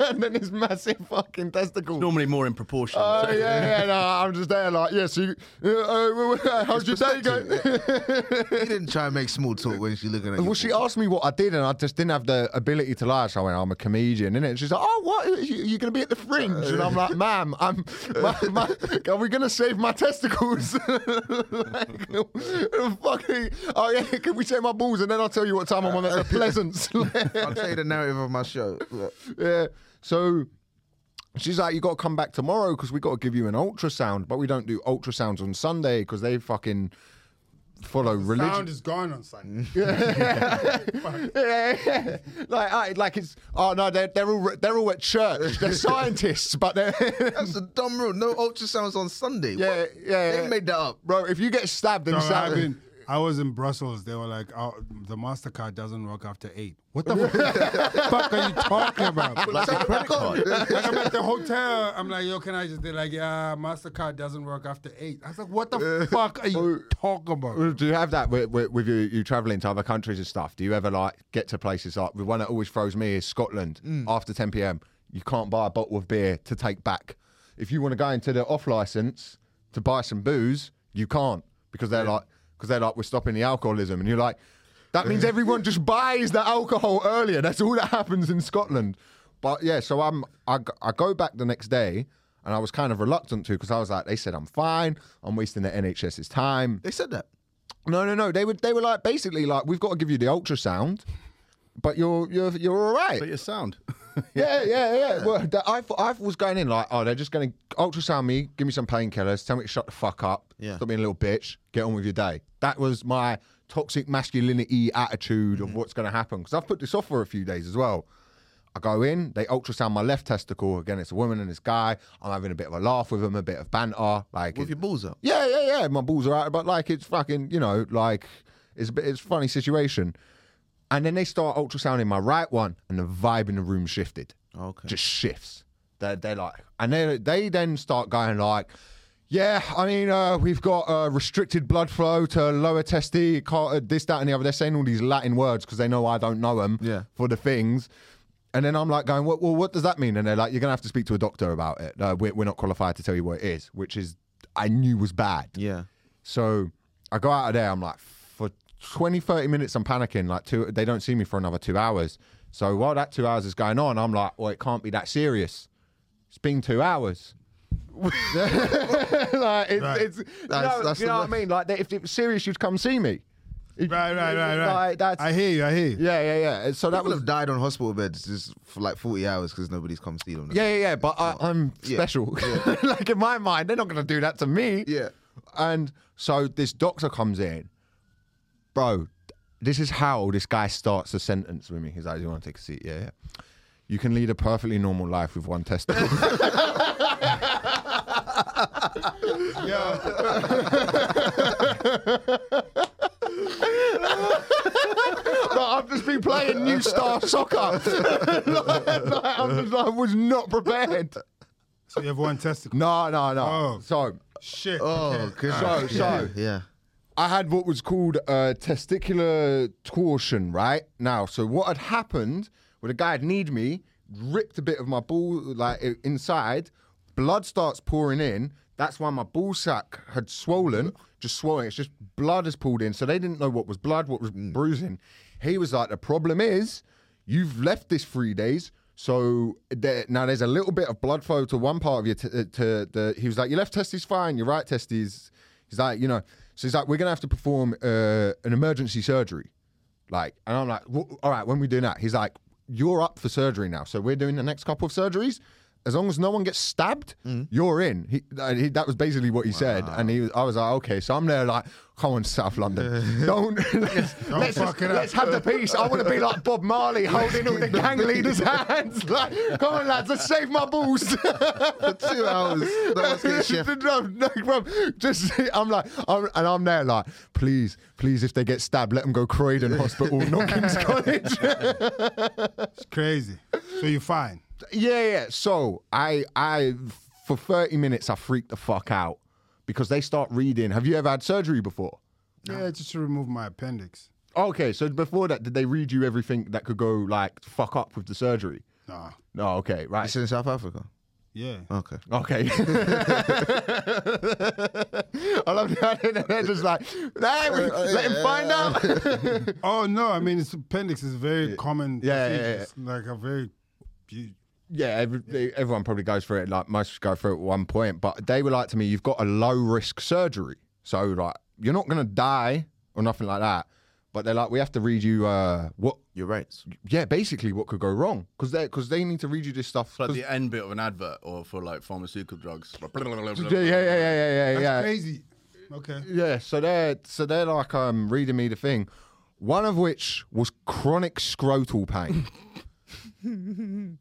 S1: and then this massive fucking testicle.
S4: Normally more in proportion.
S1: Oh
S4: so-
S1: yeah, yeah, no, I'm just there like, yeah. So, you, uh, uh, how's your day going?
S3: You didn't try and make small talk when she's looking at you.
S1: Well, she asked me what I did, and I just didn't have the ability to lie. So I went, "I'm a comedian," innit? And she's like, "Oh, what? You- You're going to be at the fringe?" And I'm like, "Ma'am, I'm. My, my, are we going to save my testicles? like, fucking. Oh yeah, can we save my balls? And then I'll tell you what time I'm on at the Pleasance."
S3: I'll tell you the narrative of my show. Look,
S1: yeah. So she's like, you got to come back tomorrow because we got to give you an ultrasound, but we don't do ultrasounds on Sunday because they fucking follow religion.
S2: Sound is gone on Sunday.
S1: yeah, yeah. like, I, like it's oh no, they're they're all they're all at church. They're scientists, but they're
S3: That's a dumb rule. No ultrasounds on Sunday.
S1: yeah, yeah,
S3: What?
S1: yeah.
S3: They made that up.
S1: Bro, if you get stabbed in
S2: No, I,
S1: Saturday,
S2: mean, I was in Brussels. They were like, oh, the Mastercard doesn't work after eight. What the fuck, fuck are you talking about? Like,
S3: Turn it back on.
S2: I'm at the hotel. I'm like, yo, can I just? They're like, yeah, Mastercard doesn't work after eight. I was like, what the fuck are you talking about?
S1: do you have that with, with, with you, you traveling to other countries and stuff? Do you ever like get to places like the one that always throws me is Scotland after 10 p.m. You can't buy a bottle of beer to take back. If you want to go into the off license to buy some booze, you can't because they're like because they're like we're stopping the alcoholism, and you're like that means everyone just buys the alcohol earlier. That's all that happens in Scotland. But yeah, so I'm I, g- I go back the next day. And I was kind of reluctant to because I was like, they said I'm fine. I'm wasting the NHS's time.
S3: They said that.
S1: No, no, no. They were they were like basically like we've got to give you the ultrasound, but you're you're you're all right.
S4: But your sound.
S1: yeah, yeah, yeah. Well, that, I thought- I was going in like oh they're just going to ultrasound me, give me some painkillers, tell me to shut the fuck up,
S3: Yeah.
S1: stop being a little bitch, get on with your day. That was my toxic masculinity attitude
S3: Mm.
S1: of what's going to happen because I've put this off for a few days as well. I go in, they ultrasound my left testicle. Again, it's a woman and this guy. I'm having a bit of a laugh with him, a bit of banter. Like,
S3: With
S1: it-
S3: your balls up.
S1: yeah, yeah, yeah. My balls are out, but like it's fucking, you know, like It's a bit, it's a funny situation. And then they start ultrasounding my right one, and the vibe in the room shifted.
S3: Okay.
S1: Just shifts. They're, they're like, and they they then start going like, yeah, I mean, uh, we've got uh, restricted blood flow to lower testy, car- uh, this, that, and the other. They're saying all these Latin words because they know I don't know them
S3: Yeah.
S1: for the things. And then I'm like going, well, well, what does that mean? And they're like, you're going to have to speak to a doctor about it. Uh, we're, we're not qualified to tell you what it is, which is, I knew was bad.
S3: Yeah.
S1: So I go out of there. I'm like, for 20, 30 minutes, I'm panicking. Like, two, they don't see me for another two hours. So while that two hours is going on, I'm like, well, it can't be that serious. It's been two hours. like, it's,
S2: Right.
S1: it's, you
S3: That's-
S1: know,
S3: that's
S1: you
S3: the
S1: know what I
S3: way-
S1: mean? Like, if it was serious, you'd come see me.
S2: Right, right, right, right.
S1: Like, that's,
S2: I hear you. I hear you.
S1: yeah, yeah, yeah. And So that
S3: People
S1: was
S3: have died on hospital beds just for like 40 hours because nobody's come see them.
S1: Yeah, yeah, yeah. But I, I'm
S3: Yeah.
S1: special. like in my mind, they're not going to do that to me.
S3: Yeah.
S1: And so this doctor comes in, bro. This is how this guy starts a sentence with me. He's like, "Do you want to take a seat? Yeah, yeah. You can lead a perfectly normal life with one testicle."
S2: Yeah.
S1: Like, I've just been playing New Star Soccer. like, like, I'm just, I was not prepared.
S2: so you have one testicle.
S1: No, no, no.
S2: Oh.
S1: So
S2: Shit.
S1: Uh.
S3: Oh,
S2: okay.
S3: good.
S1: So-
S3: yeah.
S1: so-
S3: yeah.
S1: I had what was called a testicular torsion, right? Now, so what had happened when a guy had kneed me, ripped a bit of my ball like i- inside, blood starts pouring in. That's why my ball sack had swollen, just swollen. It's just blood has pulled in. So they didn't know what was blood, what was bruising. He was like, the problem is you've left this three days. So there, now there's a little bit of blood flow to one part of your, t- uh, to the, he was like, your left testes fine, your right testes, he's like, you know, so he's like, we're gonna have to perform uh, an emergency surgery. Like, and I'm like, "Wh- all right, when we doing that? He's like, you're up for surgery now. So we're doing the next couple of surgeries. As long as no one gets stabbed, you're in. He, uh, he, that was basically what he said, and he was, I was like, okay. So I'm there, like, come on, South London, don't let's, let's,
S2: fuck
S1: just-
S2: it up.
S1: let's have the peace. I want to be like Bob Marley holding all the gang leaders' hands. Like, come on, lads, let's save my balls.
S3: Two hours. No one's getting chef.
S1: No, no, bro. Just I'm like, I'm, and I'm there like, please, please, if they get stabbed, let them go Croydon Hospital, not King's College.
S2: It's crazy. So you're fine.
S1: yeah, yeah. So I, I, for 30 minutes, I freaked the fuck out because they start reading. Have you ever had surgery before?
S2: Yeah, just to remove my appendix.
S1: Okay, so before that, did they read you everything that could go like fuck up with the surgery?
S2: Nah.
S1: No, okay, right.
S3: It's in South Africa.
S2: Yeah.
S3: Okay.
S1: Okay. I love that. They're just like, hey, we- let him find out.
S2: Oh no, I mean it's appendix is very common.
S1: Yeah, yeah,
S2: procedures, Like a very. you-
S1: yeah, every, they- everyone probably goes through it. Like most go through it at one point, but they were like to me, "You've got a low risk surgery, so like you're not gonna die or nothing like that." But they're like, "We have to read you uh, what,
S3: Your rights.
S1: yeah, basically what could go wrong because they because they need to read you this stuff."
S4: It's like
S1: 'cause-
S4: the end bit of an advert or for like pharmaceutical drugs.
S1: yeah, yeah, yeah, yeah, yeah,
S2: That's
S1: yeah.
S2: crazy. Okay.
S1: Yeah, so they're so they're like um reading me the thing. One of which was chronic scrotal pain.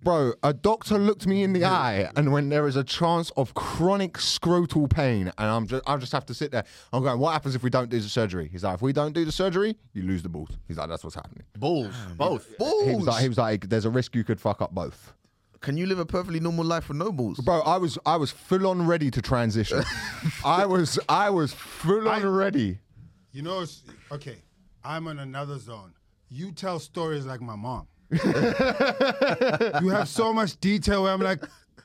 S1: Bro, a doctor looked me in the eye and when there is a chance of chronic scrotal pain and I'm just I just have to sit there. I'm going, what happens if we don't do the surgery? He's like, if we don't do the surgery, you lose the balls. He's like, that's what's happening.
S4: Balls. Both.
S1: He was
S4: Balls.
S1: like, he was like, there's a risk you could fuck up both.
S3: Can you live a perfectly normal life with no balls?
S1: Bro, I was I was full on ready to transition. I was I was full on
S2: I-
S1: ready.
S2: You know, it's- okay. I'm on another zone. You tell stories like my mom. you have so much detail where I'm like,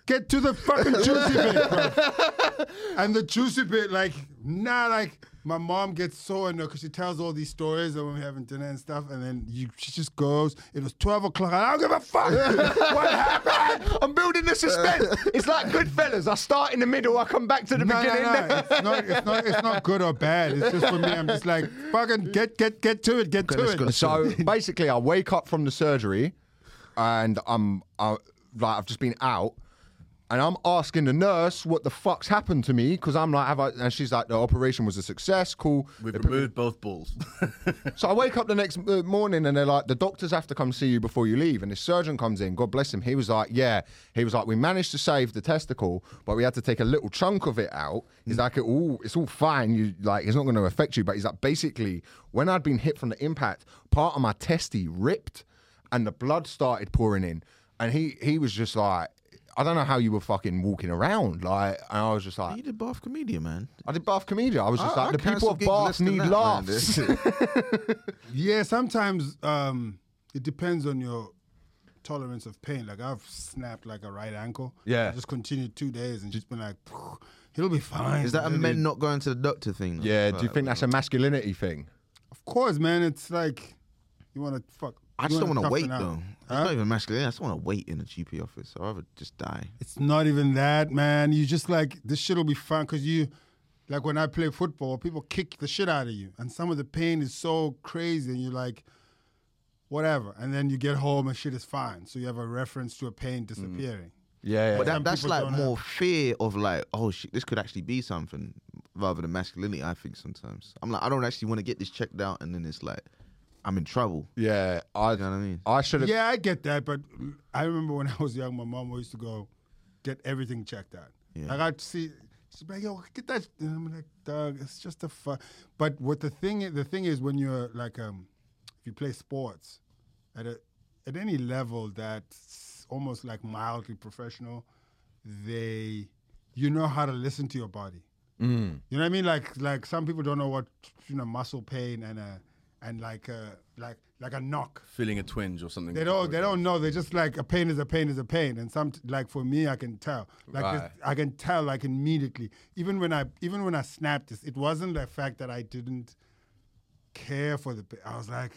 S2: get to the fucking juicy bit, bro. And the juicy bit, like, nah, like, my mom gets so annoyed because she tells all these stories and when we're having dinner and stuff, and then you, she just goes, it was 12 o'clock, and I don't give a fuck.
S1: What happened? I'm building the suspense. It's like Goodfellas. I start in the middle, I come back to the
S2: No, no,
S1: beginning.
S2: no. It's not, it's, not, it's not good or bad. It's just for me, I'm just like, fucking get, get, get to it, get to
S3: let's
S2: it.
S3: go.
S1: So basically, I wake up from the surgery, and I'm I, like I've just been out, And I'm asking the nurse what the fuck's happened to me because I'm like, have I? And she's like, the operation was a success. Cool.
S4: We've
S1: They put me-
S4: removed both balls.
S1: so I wake up the next uh, morning and they're like, the doctors have to come see you before you leave. And the surgeon comes in, God bless him. He was like, yeah. He was like, we managed to save the testicle, but we had to take a little chunk of it out.
S3: Mm.
S1: He's like, it all, it's all fine. You like, it's not going to affect you. But he's like, basically, when I'd been hit from the impact, part of my testy ripped, and the blood started pouring in. And he he was just like, I don't know how you were fucking walking around. Like, and I was just like,
S3: You did Bath comedian, man.
S1: I did Bath Comedian. I was just
S3: I- I
S1: like, the people
S3: cancel
S1: of
S3: Ah, gigs less
S1: Bath
S3: than
S1: need
S3: that, man.
S1: laughs.
S2: Yeah, sometimes um, it depends on your tolerance of pain. Like I've snapped like a right ankle.
S1: Yeah.
S2: I just continued two days and just been like, it'll be fine.
S3: Is that a
S2: It'll be-"
S3: men not going to the doctor thing? though?
S1: Yeah, do you
S3: Like,
S1: think that's a masculinity thing?
S2: Of course, man. It's like you want to fuck.
S3: I
S2: you
S3: just don't want
S2: wanna
S3: to wait
S2: toughen out.
S3: though. It's
S2: Huh?
S3: not even masculine. I just want to wait in a GP office. I'd rather just die.
S2: It's not even that, man. You just like this shit will be fun because you, like when I play football, people kick the shit out of you, and some of the pain is so crazy, and you're like, whatever. And then you get home and shit is fine. So you have a reference to a
S3: Mm.
S2: pain disappearing.
S1: Yeah,
S3: But
S2: Some
S3: that, that's
S2: people
S3: like
S2: don't have-
S3: more fear of like, oh shit, this could actually be something rather than masculinity. I think sometimes I'm like, I don't actually want to get this checked out, and then it's like, I'm in trouble.
S1: yeah. I,
S3: You know what I mean?
S1: I should have.
S2: Yeah, I get that, but I remember when I was young, my mom used to go get everything checked out.
S3: Yeah.
S2: Like I'd see, she'd be like, "Yo, get that," and I'm like, "Doug, it's just a fun." But what the thing, i- the thing is, when you're like, um, if you play sports at a at any level that's almost like mildly professional, they, you know how to listen to your body. You know what I mean? Like like some people don't know what you know muscle pain and a and like a like like a knock.
S4: Feeling a twinge or something.
S2: They don't. They don't know. They're just like a pain is a pain is a pain, and some like for me, I can tell. Like
S1: Right.
S2: this- I can tell like immediately. Even when I even when I snapped this, it wasn't the fact that I didn't care for the. pa- I was like,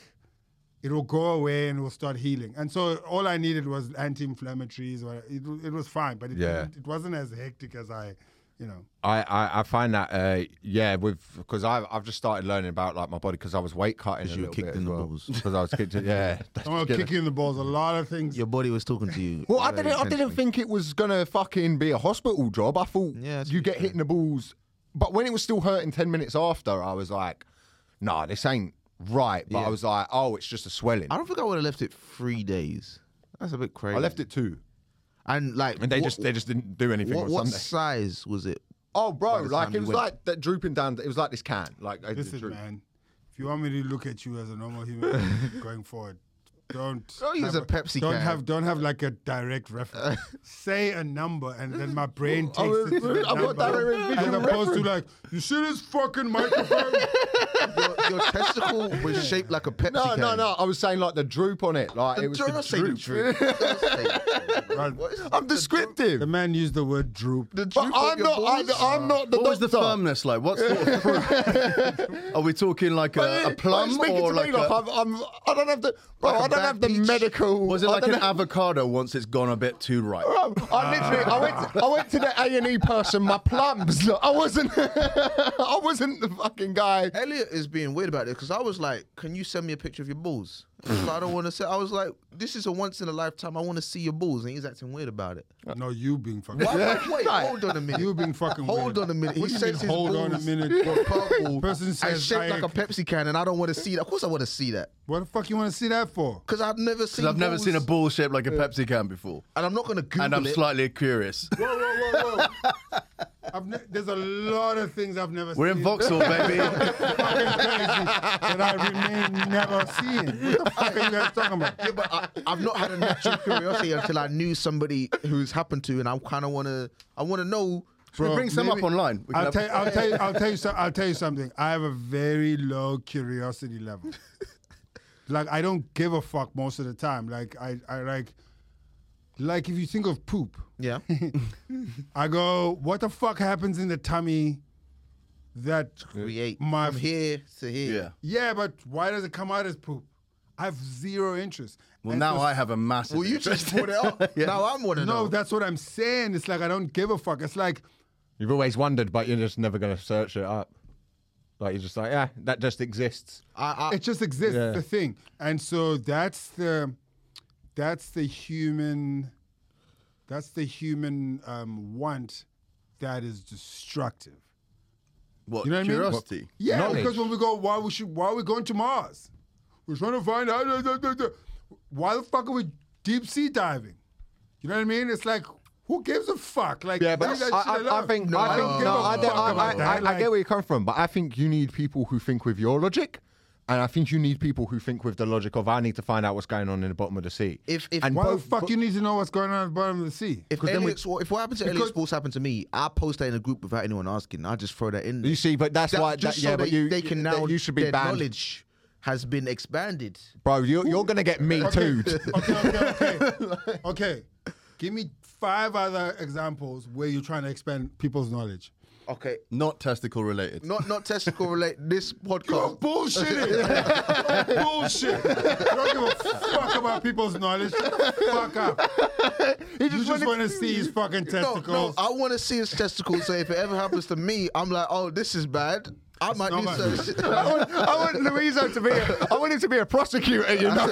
S2: it will go away and it will start healing. And so all I needed was anti-inflammatories. Or it, wa- it was fine, but it
S1: Yeah.
S2: didn't- it wasn't as hectic as I, you know.
S1: I, I, I find that uh, yeah, with because I've I've just started learning about like my body because I was weight cutting.
S3: 'Cause
S1: a
S3: you were
S1: little
S3: kicked
S1: bit
S3: in
S1: as
S3: the
S1: well.
S3: balls.
S1: Because I was kicked. in- Yeah. that's
S2: I'm
S1: getting-
S2: kicking the balls. A lot of things.
S3: Your body was talking to you.
S1: Well, I
S3: very
S1: didn't. I didn't
S3: intentionally.
S1: think it was gonna fucking be a hospital job. I thought
S3: Yeah, that's
S1: you
S3: what
S1: get
S3: you
S1: hit in the balls, but when it was still hurting ten minutes after, I was like, nah, this ain't right. But I was like, oh, it's just a swelling.
S3: I
S1: I,
S3: don't think I would have left it three days. That's a bit crazy.
S1: left it two,
S3: and like,
S1: and they
S3: what-
S1: just they just didn't do anything
S3: what,
S1: on
S3: what
S1: Sunday.
S3: size was it?
S1: Oh, bro,
S3: by the
S1: like
S3: time
S1: it
S3: you
S1: was
S3: went.
S1: like that drooping down. It was like this can, like I
S2: Listen,
S1: droop.
S2: man. If you want me to look at you as a normal human being going forward, don't.
S3: Don't use
S2: have
S3: a Pepsi
S2: Don't
S3: can.
S2: have don't have like a direct reference. Say a number, and then my brain takes
S3: Oh,
S1: I was-
S2: it to the
S1: I've got
S2: number,
S1: direct visual
S2: as opposed
S1: reference.
S2: to like you see this fucking microphone.
S3: Your, your testicle was shaped like a Pepsi
S1: No,
S3: can.
S1: no, no. I was saying like the droop on it, like it was
S3: Don't
S1: the
S3: say the
S1: droop.
S3: truth. Don't say the truth.
S2: Right.
S3: What is-
S1: I'm descriptive.
S2: the man used the word droop.
S1: but
S3: droop of
S1: I'm
S3: your
S1: not. I,
S3: balls?
S1: I'm not the
S4: What was the
S1: doctor.
S4: firmness like? What sort of fruit? Are we talking like
S1: But
S4: a, a
S1: it- but
S4: plum
S1: it's making
S4: or
S1: to
S4: like
S1: me like
S4: a,
S1: I'm, I'm, I don't have the bro.
S3: Like a
S1: I don't
S3: bad
S1: have the
S3: peach?
S1: medical.
S4: was it
S1: I
S4: like
S1: don't
S4: an
S1: have-
S4: avocado once it's gone a bit too ripe?
S1: Bro, I literally, I went, to, I went to the A and E person. My plums. Look, I wasn't, I wasn't the fucking guy.
S3: Elliot is being weird about it because I was like, "Can you send me a picture of your balls?" So I don't want to say. I was like, "This is a once in a lifetime. I want to see your balls," and he's acting weird about it.
S2: No, you being fucking.
S3: I'm like, Wait, hold on a minute.
S2: You being fucking.
S3: Hold
S2: weird.
S3: on a minute. He
S2: What do you mean,
S3: says his
S2: hold on a
S3: balls
S2: minute.
S3: were purple.
S2: Person
S3: and
S2: says
S3: shaped
S2: I-
S3: like a Pepsi can, and I don't want to see that. Of course, I want to see that
S2: What the fuck you want to see that for?
S3: because I've never seen.
S4: I've never
S3: balls,
S4: seen a ball shaped like a Pepsi can before,
S3: and I'm not gonna Google
S4: and I'm
S3: it.
S4: slightly curious.
S2: Whoa, whoa, whoa, whoa! I've ne- there's a lot of things I've never.
S4: We're
S2: seen.
S4: in Vauxhall, baby.
S2: fucking crazy that I remain never seeing. What the fuck are you guys talking about?
S3: Yeah, but I, I've not had a natural curiosity until I knew somebody who's happened to, and I kind of want to. I want to know.
S4: Bro, bring some
S2: maybe-
S4: up online. We can
S2: I'll
S4: have-
S2: tell, you, I'll tell you. I'll tell you. So, I'll tell you something. I have a very low curiosity level. like I don't give a fuck most of the time. Like I, I like, like if you think of poop,
S3: Yeah.
S2: I go, what the fuck happens in the tummy? That
S3: Create
S2: My-
S3: from here to here.
S4: yeah.
S2: yeah, but why does it come out as poop? I have zero interest.
S4: Well,
S2: And
S4: now
S2: so
S4: I have a massive.
S3: Well, you just
S4: interest.
S3: brought it up. Now I'm want to
S2: No,
S3: know.
S2: that's what I'm saying. It's like I don't give a fuck. It's like
S1: You've always wondered, but you're just never gonna search it up. Like you're just like, yeah, that just exists.
S3: I, I,
S2: it just exists
S1: Yeah.
S2: the thing and so that's the that's the human That's the human um, want that is destructive.
S4: What
S2: You know what I mean?
S4: curiosity?
S2: Yeah,
S1: Knowledge.
S2: because when we go, why we should, why are we going to Mars? We're trying to find out. uh, uh, uh, uh, Why the fuck are we deep sea diving? You know what I mean? It's like, who gives a fuck? Like,
S1: Yeah, but
S2: leave that
S1: I,
S2: shit
S1: I, I
S2: alone.
S1: think
S2: I
S1: I
S2: don't
S1: think
S2: give
S1: no,
S2: a
S1: I,
S2: fuck
S1: I,
S2: about
S1: I, I,
S2: that. Like,
S1: get where you come from, but I think you need people who think with your logic, and I think you need people who think with the logic of I need to find out what's going on in the bottom of the sea.
S3: If- if-
S1: and
S2: why the
S1: both,
S2: fuck you need to know what's going on at the bottom of the sea?
S3: If,
S1: 'Cause then we-
S3: Elliot, Swa- if what happened to Elliot
S2: Because-
S3: Sports happened to me, I post that in a group without anyone asking. I just throw that in. There.
S1: you see, but that's
S3: That-
S1: why
S3: just
S1: that,
S3: so
S1: yeah,
S3: they,
S1: but you
S3: they can
S1: that
S3: now
S1: you should be
S3: their
S1: banned,
S3: knowledge has been expanded.
S1: bro. You're, you're gonna get me too.
S2: okay, okay, okay. okay. Give me five other examples where you're trying to expand people's knowledge.
S3: Okay,
S4: Not testicle related.
S3: not not testicle relate. This podcast.
S2: bullshitting. Bullshit. I don't give a fuck about people's knowledge. Fuck up. you just
S3: wanted-
S2: want to see his fucking
S3: No,
S2: testicles.
S3: no, I want to see his testicles. So if it ever happens to me, I'm like, oh, this is bad. I might
S2: not
S3: do
S2: bad.
S3: some shit.
S1: I want, I want Luiso to be. A, I want him to be a prosecutor. You know,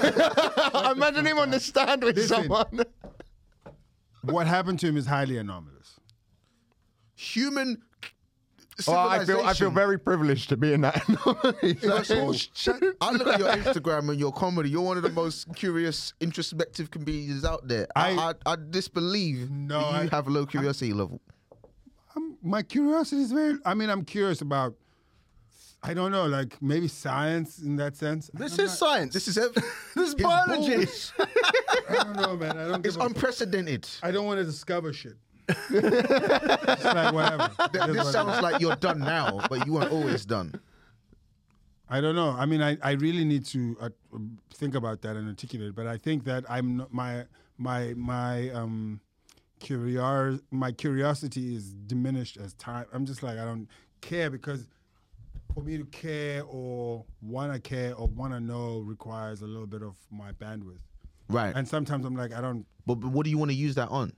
S1: imagine him on the stand with
S2: Listen.
S1: someone.
S2: What happened to him is highly anomalous.
S3: Human.
S1: Oh, I feel I feel
S3: civilization.
S1: very privileged to be in that.
S3: Shut- I look at your Instagram and your comedy. You're one of the most curious, introspective comedians out there. I I, I, disbelieve
S2: No,
S3: that you
S2: I-
S3: have a low curiosity level.
S2: I'm, my curiosity is very. I mean, I'm curious about. I don't know, like maybe science in that sense. I
S4: This is
S2: don't know.
S4: science.
S3: This is ev-
S4: this is
S3: it's
S4: biology.
S3: balls.
S2: I don't know, man. I don't.
S3: It's
S2: Give a,
S3: unprecedented.
S2: I don't want to discover shit. It's like whatever. It is
S3: This
S2: what it is.
S3: sounds like you're done now, but you weren't always done.
S2: I don't know. I mean, I, I really need to uh, um, think about that and articulate it. But I think that I'm not, my my my um curios my curiosity is diminished as time. I'm just like I don't care because for me to care or want to care or want to know requires a little bit of my bandwidth.
S3: Right.
S2: And sometimes I'm like I don't
S3: But, but what do you want to use that on?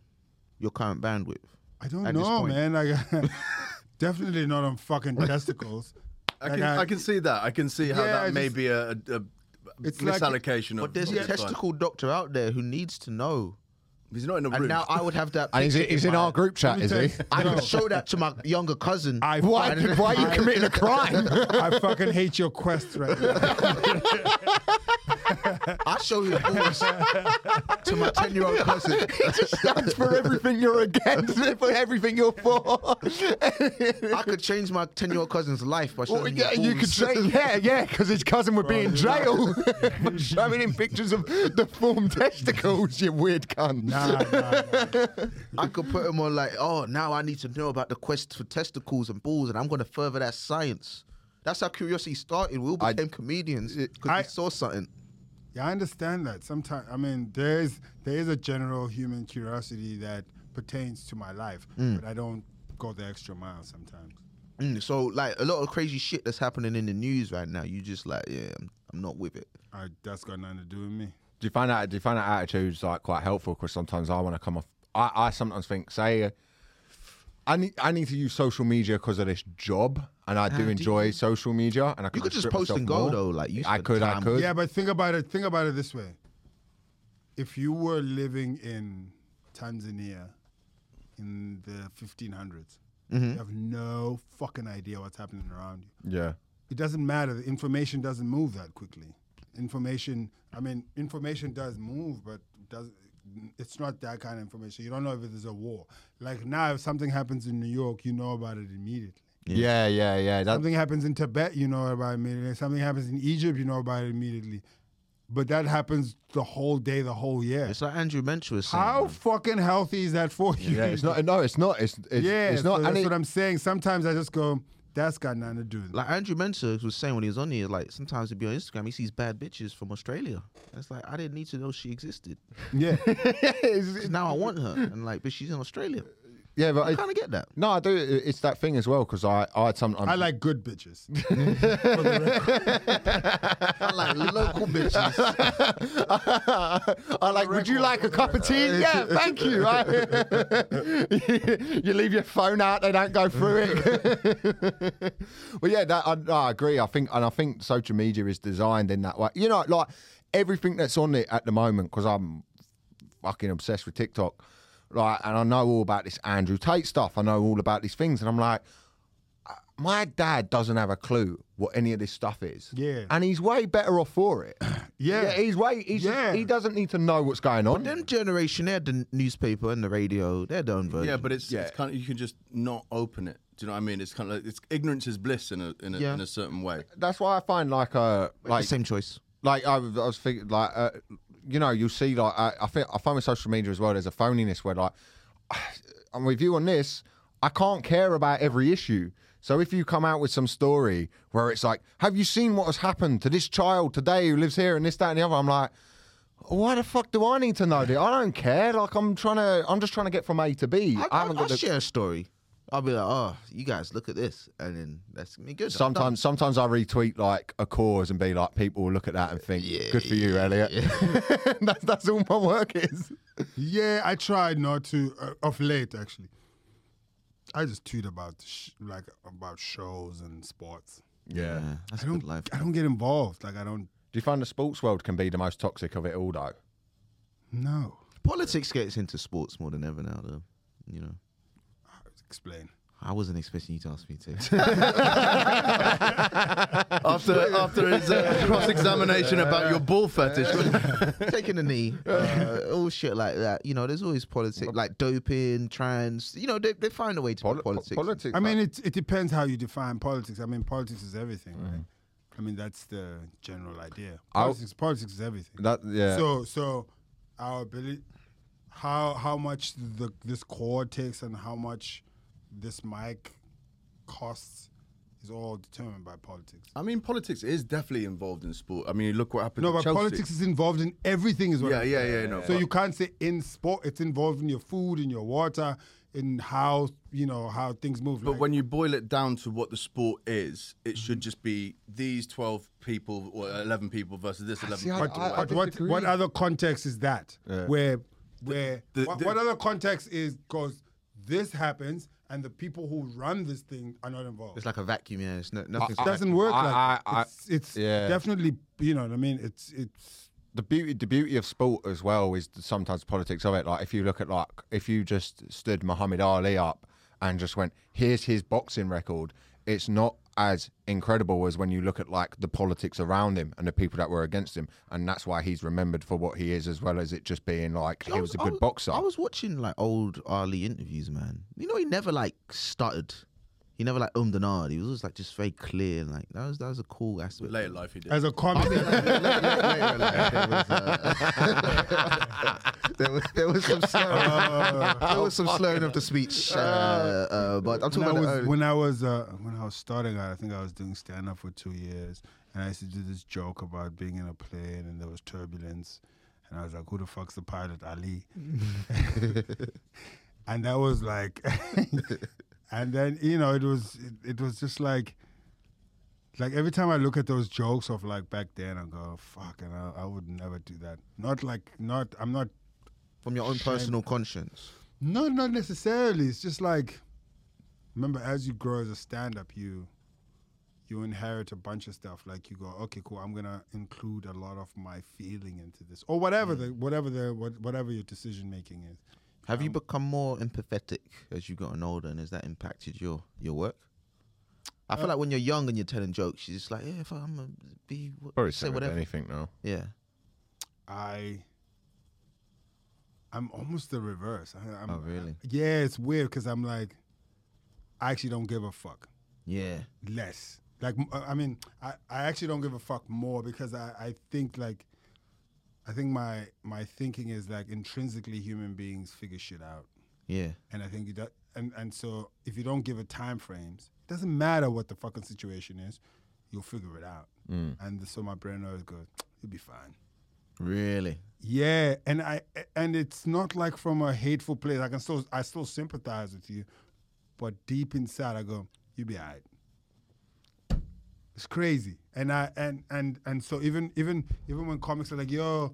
S3: Your current bandwidth.
S2: I don't
S3: At this
S2: know,
S3: point.
S2: man. Like definitely not on fucking testicles.
S4: I
S2: Like,
S4: can, I can see that. I can see how
S2: Yeah, I
S4: that may
S2: just-
S4: be a, a, a
S2: It's like-
S4: misallocation of.
S3: But there's
S4: of
S3: a
S4: the time.
S3: testicle doctor out there who needs to know.
S4: He's not in a
S3: And
S4: room.
S3: now I would have that.
S1: and he's,
S3: picture
S1: he's in
S3: my-
S1: our group chat, is
S2: Let me
S1: he?
S2: tell you-
S3: I
S2: No.
S3: could show that to my younger cousin.
S2: I
S1: Why,
S2: fucking-
S1: why are you committing a crime?
S2: I fucking hate your quest right now.
S3: I show his boobs to my ten-year-old cousin.
S1: it just stands for everything you're against, for everything you're for.
S3: I could change my ten-year-old cousin's life by showing
S1: Well,
S3: him
S1: yeah,
S3: his
S1: you could
S3: boobs.
S1: say, yeah, yeah, because his cousin would be in jail for showing him pictures of deformed testicles, you weird cunt.
S2: Nah, nah, nah.
S3: I could put him on like, oh, now I need to know about the quest for testicles and balls, and I'm going to further that science. That's how curiosity started. We all
S1: I-
S3: became comedians
S2: I-
S3: because we saw something.
S2: Yeah, I understand that. Sometimes, I mean, there is there is a general human curiosity that pertains to my life,
S4: Mm.
S2: but I don't go the extra mile sometimes.
S3: Mm, so, like, a lot of crazy shit that's happening in the news right now, you just like, yeah, I'm, I'm not with it.
S2: I, that's got nothing to do with me.
S1: do you find that do you find that attitude's like quite helpful because sometimes i want to come off i i sometimes think say uh, i need i need to use social media because of this job and i Ah, do enjoy social media and i
S3: You could just
S1: restrict
S3: post
S1: myself
S3: and go,
S1: more.
S3: though, like, you
S1: i
S3: spend
S1: could i
S3: time-
S1: could
S2: Yeah, but think about it. Think about it this way: if you were living in Tanzania in the 1500s, you have no fucking idea what's happening around you.
S1: yeah
S2: it doesn't matter. The information doesn't move that quickly. Information, I mean, information does move, but does it's not that kind of information. You don't know if there's a war. Like now, if something happens in New York, you know about it immediately.
S1: yeah yeah yeah that,
S2: Something happens in Tibet, you know about it immediately. Something happens in Egypt, you know about it immediately. But that happens the whole day, the whole year.
S3: It's like Andrew Mentor was saying.
S2: How
S3: man.
S2: fucking healthy is that for you?
S1: yeah it's not no it's not it's it's,
S2: Yeah,
S1: it's not
S2: so
S1: and
S2: that's
S1: it-
S2: what I'm saying. Sometimes I just go, that's got nothing to do with it.
S3: Like Andrew Mentor was saying when he was on here, like sometimes he'd be on Instagram, he sees bad bitches from Australia. It's like I didn't need to know she existed.
S2: Yeah.
S3: 'Cause now I want her, and like, but she's in Australia.
S1: yeah but
S3: I
S1: it-
S3: kind of get that.
S1: no i do it- it's that thing as well because i i sometimes
S2: I like good bitches.
S3: I like local bitches.
S1: I like. Would you like a cup of tea? Yeah, thank you. I- you leave your phone out; they don't go through it. well, yeah, that, I, I agree. I think, and I think social media is designed in that way. You know, like everything that's on it at the moment, because I'm fucking obsessed with TikTok. like, and I know all about this Andrew Tate stuff. I know all about these things, and I'm like, uh, my dad doesn't have a clue what any of this stuff is.
S2: Yeah.
S1: and he's way better off for it.
S2: Yeah.
S1: he's way. He's
S2: Yeah.
S1: he doesn't need to know what's going on.
S3: Them generation, they had the newspaper and the radio, they had their own version.
S4: Yeah, but it's, it's kind of you can just not open it. Do you know what I mean? It's kind of like it's ignorance is bliss in a in a,
S3: Yeah.
S4: in a certain way.
S1: That's why I find like a
S3: like,
S1: like
S3: the same choice.
S1: like I was, I was thinking, like uh, you know, you'll see like I, I think I find with social media as well. There's a phoniness where like I'm with you on this. I can't care about every issue. So if you come out with some story where it's like, have you seen what has happened to this child today who lives here and this, that, and the other? I'm like, why the fuck do I need to know that? I don't care. Like I'm trying to, I'm just trying to get from A to B.
S3: I, I,
S1: haven't
S3: will
S1: got the.
S3: share a story. I'll be like, oh, you guys, look at this. And then that's me good. I'm done.
S1: Sometimes, sometimes I retweet like a cause and be like, people will look at that and think, good for you, Elliot. that's that's all my work is.
S2: Yeah, I tried not to uh, of late actually. I just tweet about sh- like about shows and sports.
S1: Yeah.
S3: Yeah, that's
S2: I
S3: a
S2: don't
S3: good life.
S2: I don't get involved. Like I don't
S1: Do you find the sports world can be the most toxic of it all, though?
S2: know.
S3: Politics gets into sports more than ever now, though. You know,
S2: Explain.
S3: I wasn't expecting you to ask me to.
S4: After after his uh, cross examination about your ball fetish,
S3: Taking a knee, uh, all shit like that. You know, there's always politics, like doping, trans. You know, they, they find a way to
S1: Poli-
S3: put politics.
S1: po- politics.
S2: I mean, it it depends how you define politics. I mean, politics is everything, right?
S4: Mm-hmm.
S2: I mean, that's the general idea.
S1: I'll-
S2: Politics, politics is everything.
S1: that yeah.
S2: So so our ability how how much the this cord takes and how much this mic costs is all determined by politics.
S4: I mean, politics is definitely involved in sport. I mean, look what happened.
S2: No,
S4: to
S2: but
S4: Chelsea.
S2: politics is involved in everything is what
S4: Yeah,
S2: I'm
S4: yeah,
S2: saying.
S4: yeah, no,
S2: So
S4: but-
S2: you can't say in sport it's involved in your food, in your water, in how you know how things move.
S4: But
S2: like-
S4: when you boil it down to what the sport is, it should just be these twelve people or eleven people versus this eleven.
S1: See, I-
S4: people.
S1: I-
S2: but what
S1: disagree.
S2: what other context is that? Where where
S4: the-
S2: what,
S4: the-
S2: what other context is because this happens and the people who run this thing are not involved.
S3: It's like a vacuum. Yeah, it's no, nothing's.
S2: it doesn't work
S1: I-
S2: like
S1: I-
S2: that.
S1: I-
S2: it's, it's
S1: yeah.
S2: definitely you know what I mean. It's it's
S1: the beauty, the beauty of sport as well is the sometimes politics of it. Like if you look at like if you just stood Muhammad Ali up and just went, here's his boxing record. It's not as incredible as when you look at like the politics around him and the people that were against him, and that's why he's remembered for what he is, as well as it just being like he was a
S3: I
S1: good boxer.
S3: I was watching like old Ali interviews, man. You know, he never like stuttered. He never like ummed and ahed. He was always like just very clear. And, like that was that was a cool aspect.
S4: Later life, he did.
S2: as a comedy.
S3: Later life, there was, uh, there was there was some slurring.
S1: Oh.
S3: there was some slurring of the speech. Uh, uh, but I'm talking
S2: when I
S3: about the
S2: was
S3: early-
S2: when I was uh, when I was starting out, I think I was doing stand up for two years, and I used to do this joke about being in a plane and there was turbulence, and I was like, "Who the fuck's the pilot, Ali?" and that was like, and then you know, it was it, it was just like. Like every time I look at those jokes of like back then, I go, "Fuck!" and I, I would never do that. Not like, not I'm not
S3: from your own
S2: Shame.
S3: personal conscience.
S2: no, not necessarily. It's just like, remember, as you grow as a stand-up, you you inherit a bunch of stuff. Like you go, okay, cool. I'm gonna include a lot of my feeling into this, or whatever the whatever the what, whatever your decision making is.
S3: Have
S2: Um,
S3: you become more empathetic as you've gotten older, and has that impacted your your work? I
S2: Uh,
S3: feel like when you're young and you're telling jokes, you're just like, yeah, if I'm gonna be what, say whatever.
S2: eh?
S1: anything now.
S3: Yeah,
S2: I I'm almost the reverse. I, I'm,
S3: Oh, really?
S2: yeah, it's weird because I'm like, I actually don't give a fuck.
S3: yeah.
S2: less. Like m- uh, I I mean, I, I actually don't give a fuck more because I, I think like I think my my thinking is like intrinsically human beings figure shit out,
S3: Yeah.
S2: and I think you do, and and so if you don't give it time frames, it doesn't matter what the fucking situation is, you'll figure it out. And so my brain always goes, you'll be fine.
S3: Really?
S2: Yeah, and I and it's not like from a hateful place. I can still I still sympathize with you, but deep inside I go, you be alright. It's crazy, and I and and and so even even even when comics are like, yo,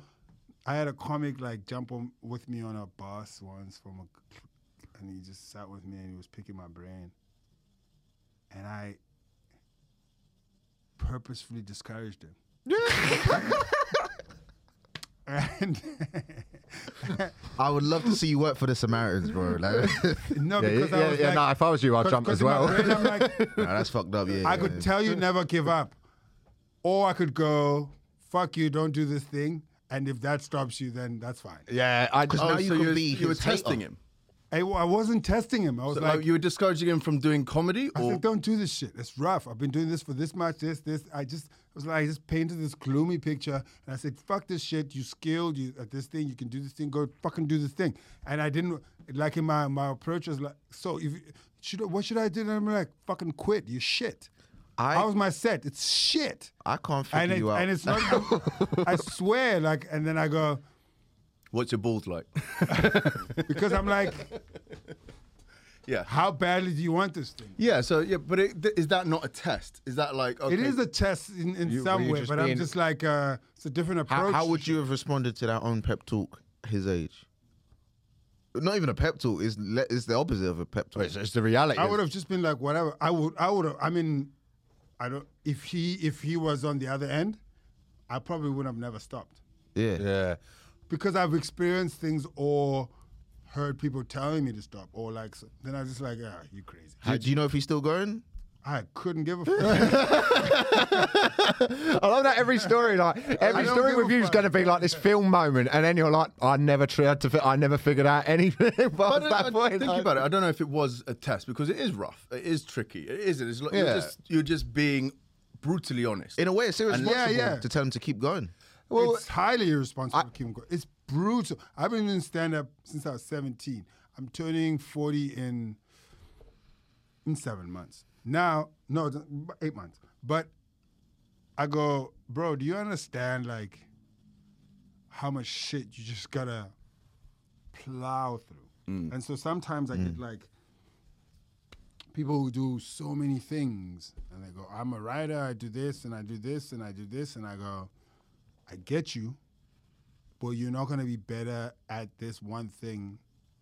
S2: I had a comic like jump on with me on a bus once from a, and he just sat with me and he was picking my brain, and I purposefully discouraged him. and
S3: I would love to see you work for the Samaritans, bro. Like,
S2: No,
S1: Yeah, yeah,
S2: because I
S1: yeah,
S2: was
S1: yeah,
S2: like,
S1: nah, if I was you, I'd
S2: Cause-
S1: jump
S2: cause
S1: as
S2: in my
S1: well.
S2: brain, I'm like,
S3: nah, that's fucked up. Yeah,
S2: I
S3: yeah,
S2: could
S3: yeah.
S2: tell you never give up, or I could go, "Fuck you, don't do this thing," and if that stops you, then that's fine.
S1: yeah, I
S3: Because now you
S4: Oh, so
S3: can
S4: you,
S3: be
S4: you were
S3: his hater.
S4: testing him.
S2: I, I wasn't testing him. I was
S4: So,
S2: like,
S4: like, you were discouraging him from doing comedy,
S2: I
S4: or
S2: said, don't do this shit. It's rough. I've been doing this for this much, this, this. I just I was like, I just painted this gloomy picture, and I said, fuck this shit. You skilled you at this thing. You can do this thing. Go fucking do this thing. And I didn't like in my my approach was like, so if you- should I- what should I do? And I'm like, fucking quit. You shit.
S3: I-
S2: How was my set? It's shit.
S3: I can't figure
S2: And, it,
S3: you out.
S2: and it's not. I swear, like, and then I go
S4: what's your balls like?
S2: because I'm like,
S4: yeah,
S2: how badly do you want this thing?
S4: yeah. So yeah, but it, th- is that not a test? Is that like okay,
S2: It is a test in, in
S1: You- were
S2: some
S1: you
S2: way,
S1: just
S2: but
S1: being-
S2: I'm just like, uh, it's a different approach.
S3: how, how would you have responded to that own pep talk? His age. Not even a pep talk. Is is the opposite of a pep talk.
S1: it's, it's the reality.
S2: I would have just been like, whatever. I would, I would have. I mean, I don't. If he, if he was on the other end, I probably would have never stopped
S3: yeah.
S1: Yeah,
S2: because I've experienced things or heard people telling me to stop or like. so- Then I was just like, ah, you crazy.
S3: Do, do you know if he's still going?
S2: I couldn't give a fuck.
S1: I love that every story. Like every
S2: don't
S1: story
S2: give a
S1: with you is
S2: fuck.
S1: going to be like this film moment, and then you're like, I never tried to, fi- I never figured out anything.
S4: I
S1: past
S4: don't-
S1: that
S4: oh, I-
S1: point.
S4: uh, Think
S1: Like-
S4: about it. I don't know if it was a test because it is rough. It is tricky. It is. It's like
S1: Yeah.
S4: you're just you're just being brutally honest.
S3: In a way, it's irresponsible
S2: Yeah, yeah.
S3: to tell him to keep going.
S2: it's highly irresponsible, Kim. Go- It's brutal. I've been in stand up since I was 17. I'm turning 40 in in seven months. Now, no, th- eight months. But I go, bro, do you understand like how much shit you just gotta plow through? And so sometimes I get like people who do so many things and they go, I'm a writer, I do this and I do this and I do this and I go, I get you, but you're not going to be better at this one thing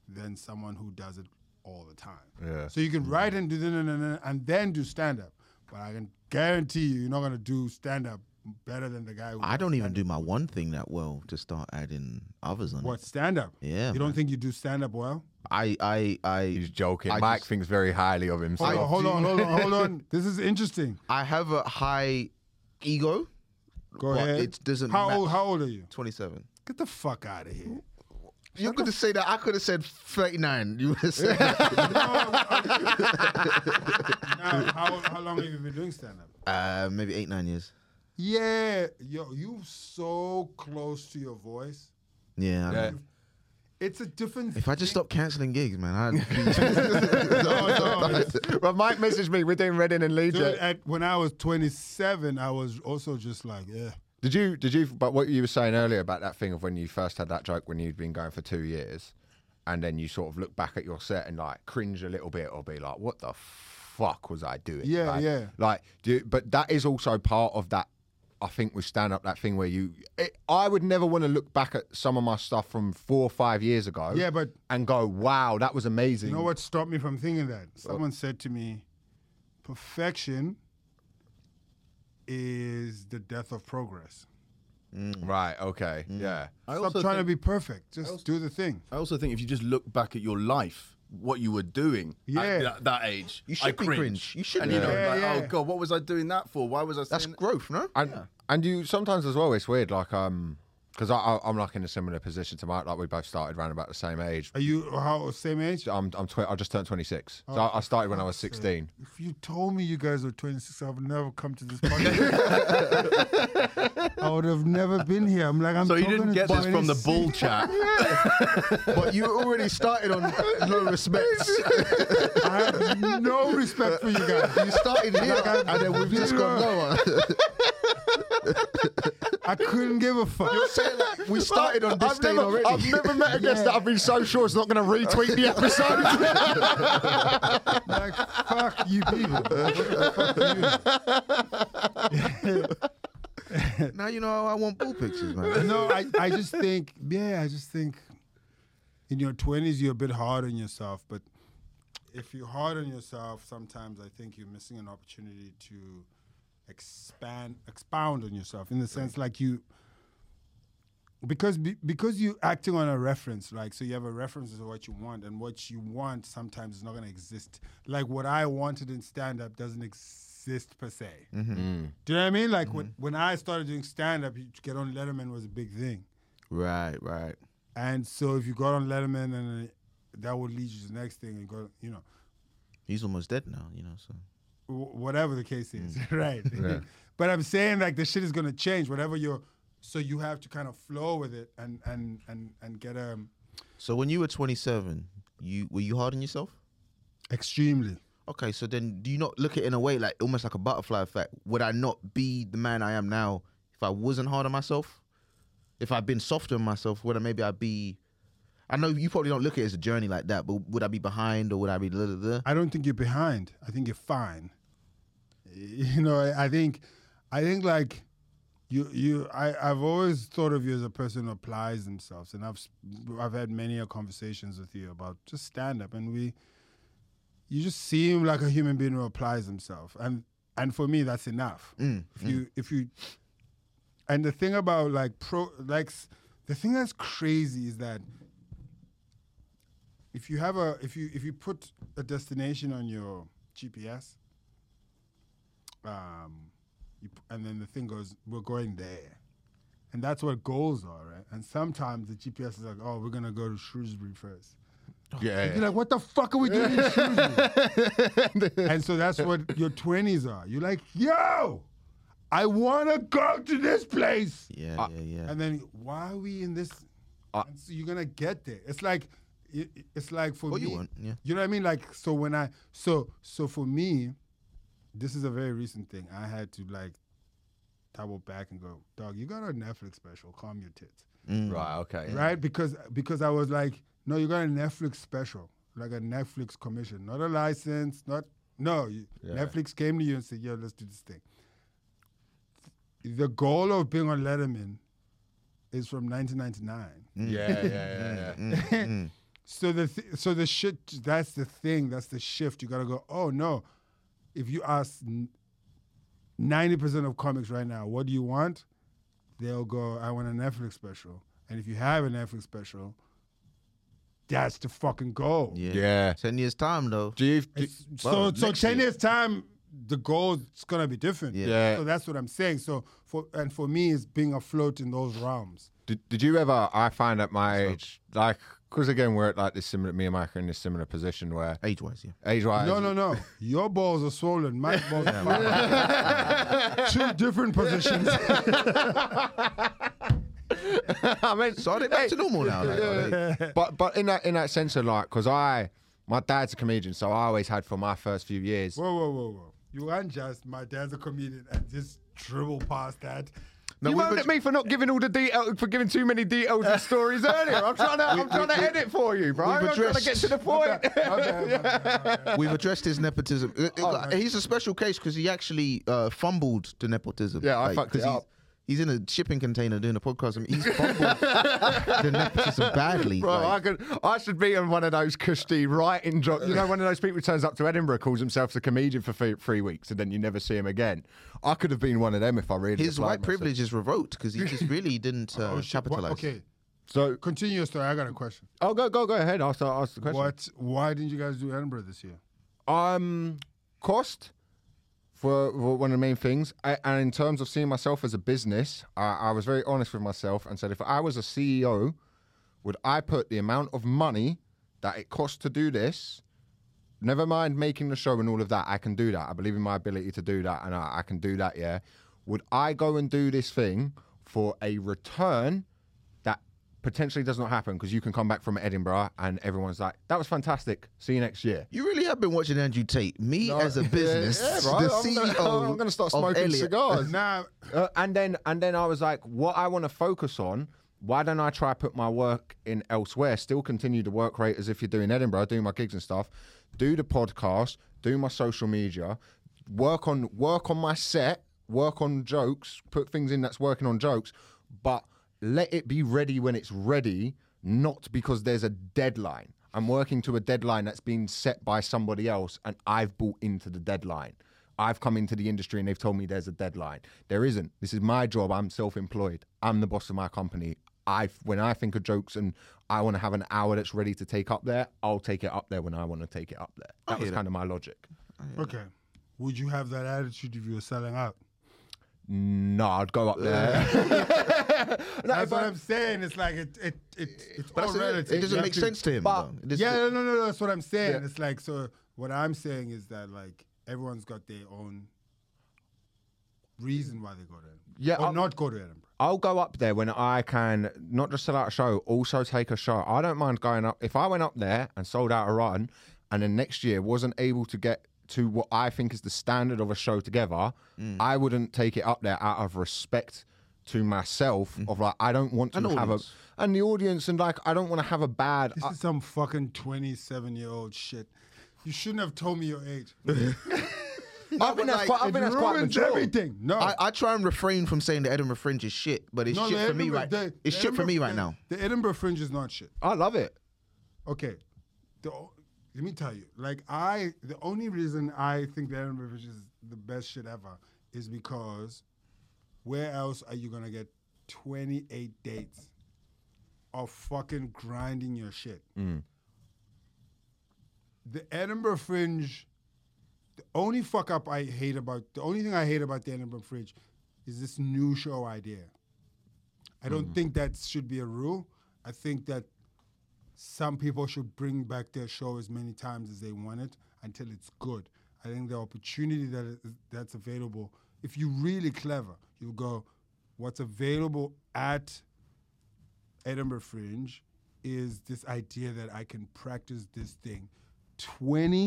S2: than someone who does it all the time.
S1: Yeah.
S2: So you can write and do da- da- da- da- and then do stand up, but I can guarantee you, you're not going to do stand up better than the guy who.
S3: I don't even do my one thing that well to start adding others on.
S2: What
S3: It.
S2: stand up?
S3: Yeah,
S2: You don't think you do stand up well?
S3: I I I
S1: He's joking.
S3: I
S1: Mike
S3: just-
S1: thinks very highly of
S2: Hold on,
S1: himself.
S2: hold on, hold on, hold on. This is interesting.
S3: I have a high ego.
S2: Go
S3: But
S2: ahead.
S3: it doesn't
S2: How
S3: ma-
S2: old? How old are you?
S3: Twenty seven.
S2: Get the fuck out of here.
S3: You could have said that. I could have said thirty nine. You would have said
S2: Now, how, how long have you been doing stand up?
S3: uh, maybe eight nine years.
S2: Yeah, yo, you so close to your voice.
S3: Yeah. I know.
S2: It's a different.
S3: If I just stopped canceling gigs, man, I'd
S2: no, no, it's-
S1: well, Mike messaged me. We're doing Reading and Leeds.
S2: dude, at, when I was 27, I was also just like, yeah.
S1: Did you? Did you? But what you were saying earlier about that thing of when you first had that joke when you'd been going for two years, and then you sort of look back at your set and like cringe a little bit or be like, "What the fuck was I doing?"
S2: Yeah,
S1: like,
S2: yeah.
S1: Like, do you- but that is also part of that. I think with stand up, that thing where you, it, I would never want to look back at some of my stuff from four or five years ago.
S2: Yeah, but-
S1: and go, wow, that was amazing.
S2: You know what stopped me from thinking that? Someone said to me, perfection is the death of progress.
S1: Right. Okay.
S2: Mm.
S1: Yeah.
S4: I
S2: Stop
S4: also
S2: trying to
S4: think-
S2: be perfect. Just do the thing.
S4: I also think if you just look back at your life, what you were doing
S2: Yeah.
S4: at that, that age,
S3: You should
S4: I
S3: be cringe. You should
S4: and
S3: be
S4: you know,
S2: cringe.
S4: like,
S2: Yeah, yeah.
S4: oh god, what was I doing that for? Why was I?
S3: that's
S4: saying that?
S3: growth, no?
S1: and and you sometimes as well it's weird like um because I, I i'm like in a similar position to mike like we both started around about the same age
S2: Are you how same age?
S1: i'm i'm tw- i just turned 26 so I, I started when i
S2: Oh,
S1: was 16
S2: If you told me you guys were 26, I would never come to this podcast. I would have never been here. I'm like, I'm
S4: So you
S2: talking
S4: didn't
S2: to
S4: get this from the
S2: 26.
S4: bull chat.
S3: but you already started on low respects.
S2: I have no respect for you guys.
S3: You started here, and then we've just gone lower.
S2: I couldn't give a fuck.
S3: we started on this
S1: I've
S3: day
S1: never,
S3: already.
S1: I've never met a guest that I've been so sure is not going to retweet the episode.
S2: like, fuck you people. What the
S3: now you know how I want bull pictures,
S2: fuck
S3: man.
S2: you? No, I, I just think, yeah, I just think in your 20s, you're a bit hard on yourself. But if you're hard on yourself, sometimes I think you're missing an opportunity to expand, expound on yourself in the sense like you, because be, because you're acting on a reference like so you have a reference to what you want and what you want sometimes is not going to exist like what i wanted in stand-up doesn't exist per se do you know what i mean like when, when i started doing stand-up you to get on letterman was a big thing
S3: Right, right.
S2: and so if you got on letterman and uh, that would lead you to the next thing and go you know
S3: He's almost dead now, you know. So
S2: wh- whatever the case is, right? but I'm saying like the shit is gonna change, whatever you're. So you have to kind of flow with it and and and and get um
S3: so when you were 27, you were you hard on yourself?
S2: extremely.
S3: Okay, so then do you not look at it in a way like almost like a butterfly effect? Would I not be the man I am now if I wasn't hard on myself? If I'd been softer on myself, would I maybe I'd be? I know you probably don't look at it as a journey like that, but would I be behind or would I be? Da, da, da?
S2: I don't think you're behind. I think you're fine. You know, I, I think, I think like. You, you, I, I've always thought of you as a person who applies themselves, and I've, s- I've had many a conversations with you about just stand up, and we, you just seem like a human being who applies himself, and and for me that's enough. if you, if you, and the thing about like pro, like s- the thing that's crazy is that if you have a if you if you put a destination on your GPS, um, you, p- and then the thing goes, we're going there, and that's what goals are, right? And sometimes the GPS is like, oh, we're gonna go to Shrewsbury first.
S1: Yeah.
S2: You're like, what the fuck are we doing in Shrewsbury? and so that's what your twenties are. You're like, yo, I wanna go to this place.
S3: Yeah, yeah, yeah. Uh,
S2: And then why are we in this? and so you're gonna get there. It's like it, it's like for
S3: What
S2: me.
S3: Oh, you want, yeah.
S2: You know what I mean? Like so when I so so for me, this is a very recent thing. I had to like double back and go, dog. You got a Netflix special. Calm your tits,
S4: Right. Okay.
S2: Mm. right? Because because I was like, no, you got a Netflix special, like a Netflix commission, not a license, not no. You, Netflix came to you and said, yo, let's do this thing. The goal of being on Letterman is from 1999.
S1: Yeah, yeah,
S2: Mm.
S1: yeah, yeah.
S2: So the th- so the shit that's the thing that's the shift you gotta go oh no, if you ask ninety percent of comics right now what do you want, they'll go I want a Netflix special and if you have a Netflix special, that's the fucking goal.
S3: yeah.
S1: Yeah.
S3: Ten years time though.
S1: Do you? Do,
S2: It's- so
S3: Well,
S2: so
S3: next
S2: ten
S3: year.
S2: years time the goal's gonna be different.
S1: Yeah.
S2: So that's what I'm saying. So for and for me it's being afloat in those realms.
S1: Did, did you ever? I find at my age, like, because again, we're at like this similar. Me and Mike are in this similar position where
S3: Age wise, yeah.
S1: age wise.
S2: No, no, no. Your balls are swollen. My balls are swollen. Two different positions.
S1: I mean,
S3: So are they back to normal now? Like, are they-
S1: but but in that in that sense of like, because I, my dad's a comedian, so I always had for my first few years.
S2: Whoa, whoa, whoa, whoa. You unjust. My dad's a comedian and just dribble past that.
S1: you
S3: we
S1: moaned
S3: were-
S1: at me for not giving all the detail, for giving too many details and stories earlier. I'm trying to, I'm trying to edit for you, bro. I'm trying to get
S3: addressed-
S1: to the point.
S2: My bad, my bad, my bad.
S3: We've addressed his nepotism. Uh,
S1: Oh,
S3: uh, he's a special case because he actually uh, fumbled the nepotism.
S1: Yeah, I fucked
S3: 'cause
S1: it
S3: he's,
S1: up.
S3: He's in a shipping container doing a podcast. I mean, he's fumbled the nepotism badly.
S1: Bro,
S3: like,
S1: I could, I should be on one of those cushy writing jobs. You know, one of those people who turns up to Edinburgh, calls himself a comedian for three, three weeks, and then you never see him again. I could have been one of them if I really.
S3: his
S1: applied
S3: white
S1: myself.
S3: privilege is revoked because he just really didn't uh,
S2: Oh, shit. What-
S3: capitalize.
S2: Okay,
S1: So,
S2: continue your story. I got a question.
S1: oh, go, go, go ahead. I'll start ask the question.
S2: What? Why didn't you guys do Edinburgh this year?
S1: Um, cost for, for one of the main things, I, and in terms of seeing myself as a business, I, I was very honest with myself and said, if I was a CEO, would I put the amount of money that it costs to do this? Never mind making the show and all of that. I can do that. I believe in my ability to do that, and I, I can do that. Yeah. Would I go and do this thing for a return that potentially does not happen because you can come back from Edinburgh and everyone's like, "That was fantastic. See you next year."
S3: You really have been watching Andrew Tate. Me as a business,
S1: yeah, right.
S3: the
S1: I'm gonna-
S3: CEO.
S1: I'm going to start
S3: of
S1: smoking
S3: Elliot.
S1: cigars.
S2: Nah,
S1: Uh, and then and then I was like, what I want to focus on. Why don't I try put my work in elsewhere? Still continue the work rate as if you're doing Edinburgh, do my gigs and stuff, do the podcast, do my social media, work on work on my set, work on jokes, put things in that's working on jokes, but let it be ready when it's ready, not because there's a deadline. I'm working to a deadline that's been set by somebody else, and I've bought into the deadline. I've come into the industry and they've told me there's a deadline. There isn't. This is my job. I'm self employed. I'm the boss of my company. I when I think of jokes and I want to have an hour that's ready to take up there, I'll take it up there when I want to take it up there. That was
S3: hear that.
S1: kind of my logic.
S2: Okay. Would you have that attitude if you were selling out?
S1: No, I'd go up there. No,
S2: That's
S1: but-
S2: what I'm saying. It's like it, it, it it's all
S3: That's it.
S2: relative.
S3: It
S2: You
S3: doesn't
S2: have
S3: make
S2: to-
S3: sense to him.
S1: but-
S3: though. It doesn't-
S2: Yeah, no, no, no, That's what I'm saying.
S1: Yeah.
S2: It's like so. What I'm saying is that like everyone's got their own reason why they go to Edinburgh.
S1: Yeah,
S2: or
S1: I'm-
S2: not go to Edinburgh.
S1: I'll go up there when I can not just sell out a show, also take a shot. I don't mind going up. If I went up there and sold out a run and then next year wasn't able to get to what I think is the standard of a show together,
S3: Mm.
S1: I wouldn't take it up there out of respect to myself of like I don't want to
S3: An
S1: have
S3: Mm. audience.
S1: a and the audience and like I don't want to have a bad
S2: This is some fucking 27 year old shit. You shouldn't have told me your age.
S1: I think that's
S3: like,
S1: quite I
S2: it
S1: think that's quite
S2: ruins
S1: mature.
S2: everything. No.
S3: I, I try and refrain from saying the Edinburgh Fringe is shit, but it's
S2: no,
S3: shit
S2: the
S3: for me
S2: Edinburgh-
S3: right.
S2: the-
S3: it's
S2: the
S3: shit for me
S2: Edinburgh-
S3: right now.
S2: The the Edinburgh Fringe is not shit.
S1: I love it.
S2: okay, the, o- let me tell you, like I, the only reason I think the Edinburgh Fringe is the best shit ever is because where else are you gonna get 28 dates of fucking grinding your shit? The Edinburgh Fringe, the only fuck up I hate about, the only thing I hate about the Edinburgh Fringe is this new show idea. I don't think that should be a rule. I think that some people should bring back their show as many times as they want it until it's good. I think the opportunity that is, that's available, if you're really clever, you'll go, what's available at Edinburgh Fringe is this idea that I can practice this thing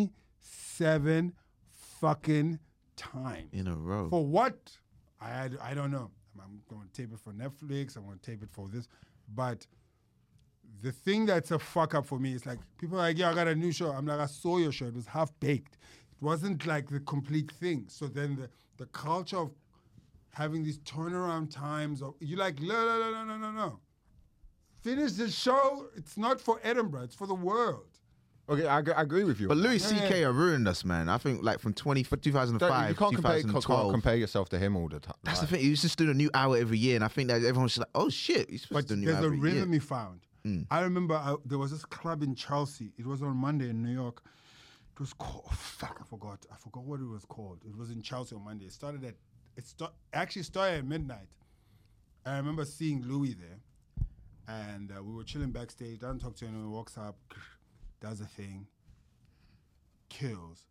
S2: 27 fucking times.
S3: In a row.
S2: For what? I, I don't know. I'm, I'm going to tape it for Netflix. I'm going to tape it for this. But the thing that's a fuck up for me is like people are like, yeah, I got a new show. I'm like, I saw your show. It was half baked. It wasn't like the complete thing. So then the, the culture of having these turnaround times, of, you're like, no, no, no, no, no, no, no. Finish the show. It's not for Edinburgh. It's for the world.
S1: Okay, I, g- I agree with you.
S3: But Louis C.K. have ruined us, man. I think like from 20, f- 2005,
S1: Don't- you can't compare,
S3: 2012.
S1: can't compare yourself to him all the time.
S3: That's the thing. He's just doing a new hour every year, and I think that everyone's just like, "Oh shit, he's supposed
S2: But
S3: to do a new
S2: there's
S3: hour
S2: a
S3: every year."
S2: rhythm he found. I remember I, there was this club in Chelsea. It was on Monday in New York. It was called oh, fuck. I forgot. I forgot what it was called. It was in Chelsea on Monday. It started at it sta- actually started at midnight. I remember seeing Louis there, and uh, we were chilling backstage. Doesn't talk to anyone. Walks up, does a thing, kills.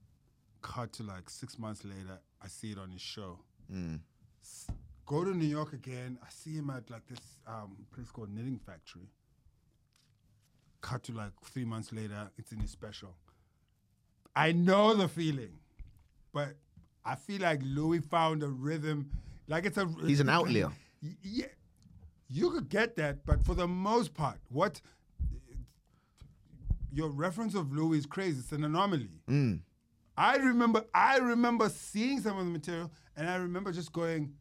S2: Cut to like six months later. I see it on his show go to New York again. I see him at like this um, place called Knitting Factory. Cut to like three months later, it's in his special. I know the feeling, but I feel like Louis found a rhythm. Like it's a
S3: He's an outlier.
S2: Y- Yeah, you could get that, but for the most part, what your reference of Louis is crazy. It's an anomaly. I remember I remember seeing some of the material and I remember just going,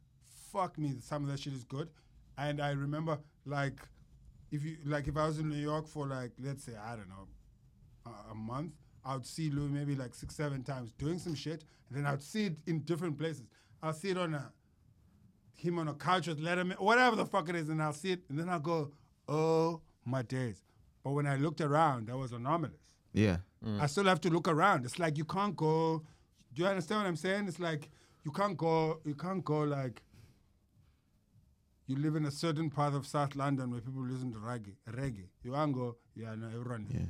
S2: fuck me, some of that shit is good. And I remember like if you like if I was in New York for like let's say I don't know a, a month, I would see Louis maybe like six seven times doing some shit, and then I'd see it in different places. I'll see it on a him on a couch with Letterman, whatever the fuck it is, and I'll see it, and then I'll go, oh my days. But when I looked around, that was anomalous.
S3: Yeah,
S2: I still have to look around. It's like you can't go. Do you understand what I'm saying? It's like you can't go. You can't go like. You live in a certain part of South London where people listen to reggae. Reggae. You can't go. Yeah, no, everyone. Yeah.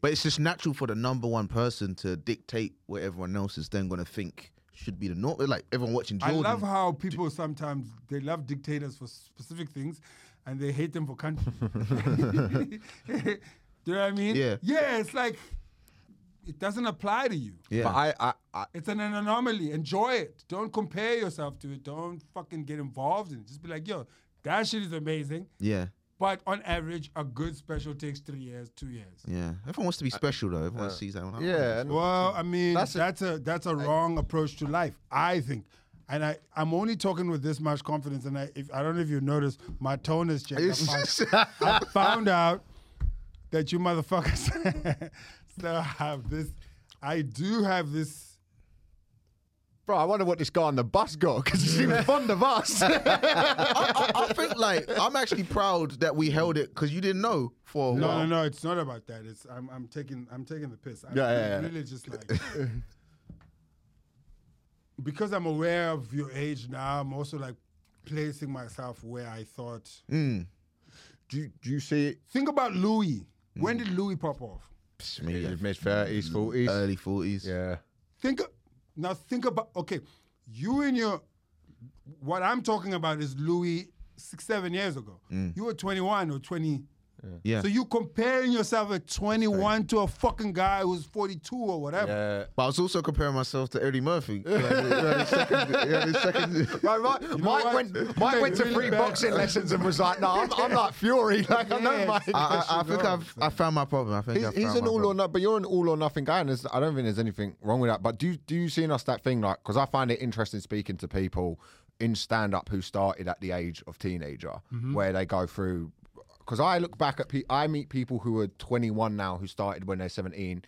S3: but it's just natural for the number one person to dictate what everyone else is then going to think should be the norm. Like everyone watching
S2: I
S3: Jordan.
S2: love how people sometimes they love dictators for specific things, and they hate them for country. Do you know what I mean?
S3: Yeah.
S2: Yeah. It's like it doesn't apply to you.
S3: yeah,
S1: But I, I, I,
S2: It's an, an anomaly. Enjoy it. Don't compare yourself to it. Don't fucking get involved in it. Just be like, yo, that shit is amazing.
S3: yeah,
S2: But on average, a good special takes three years, two years.
S3: yeah. Everyone wants to be special though. Everyone sees that. One.
S1: yeah, and-
S2: Well, I mean,
S1: That's
S2: that's
S1: a-
S2: a, that's a wrong approach to life, I think. And I, I'm only talking with this much confidence. And I, if, I don't know if you noticed, my tone has changed. I found- I found out that you motherfuckers still have this. I do have this
S1: Bro, I wonder what this guy on the bus got because he seems fond of us.
S3: I, I think like I'm actually proud that we held it because you didn't know for a
S2: No,
S3: while.
S2: no, no. It's not about that. It's I'm, I'm taking I'm taking the piss. I'm
S1: Yeah, yeah, yeah.
S2: really just like because I'm aware of your age now. I'm also like placing myself where I thought.
S1: do, you, do you see it?
S2: Think about Louis. When did Louis pop off?
S3: Psh, me, yeah.
S1: Mid 30s, 40s.
S3: Early 40s.
S1: yeah.
S2: Think now. Think about okay. You and your what I'm talking about is Louis six seven years ago. You were 21 or 20.
S3: Yeah.
S2: So you comparing yourself at 21 to a fucking guy who's 42 or whatever.
S1: Yeah.
S3: But I was also comparing myself to Eddie Murphy. You know, the second- you know, the second-
S1: Right, right.
S2: know
S1: Mike
S2: what?
S1: went, Mike went to
S2: Really
S1: free
S2: bad.
S1: boxing lessons and was like, no, I'm, I'm like Fury. Like, I know
S2: Yeah.
S1: Mike.
S3: I, I, I think I've I found my problem. I think
S1: He's,
S3: I've
S1: he's
S3: found
S1: an
S3: my
S1: all or
S3: problem.
S1: nothing, but you're an all or nothing guy, and there's- I don't think there's anything wrong with that. But do do you see in us that thing like because I find it interesting speaking to people in stand up who started at the age of teenager,
S2: Mm-hmm.
S1: where they go through. Because I look back at pe- I meet people who are 21 now who started when they're 17,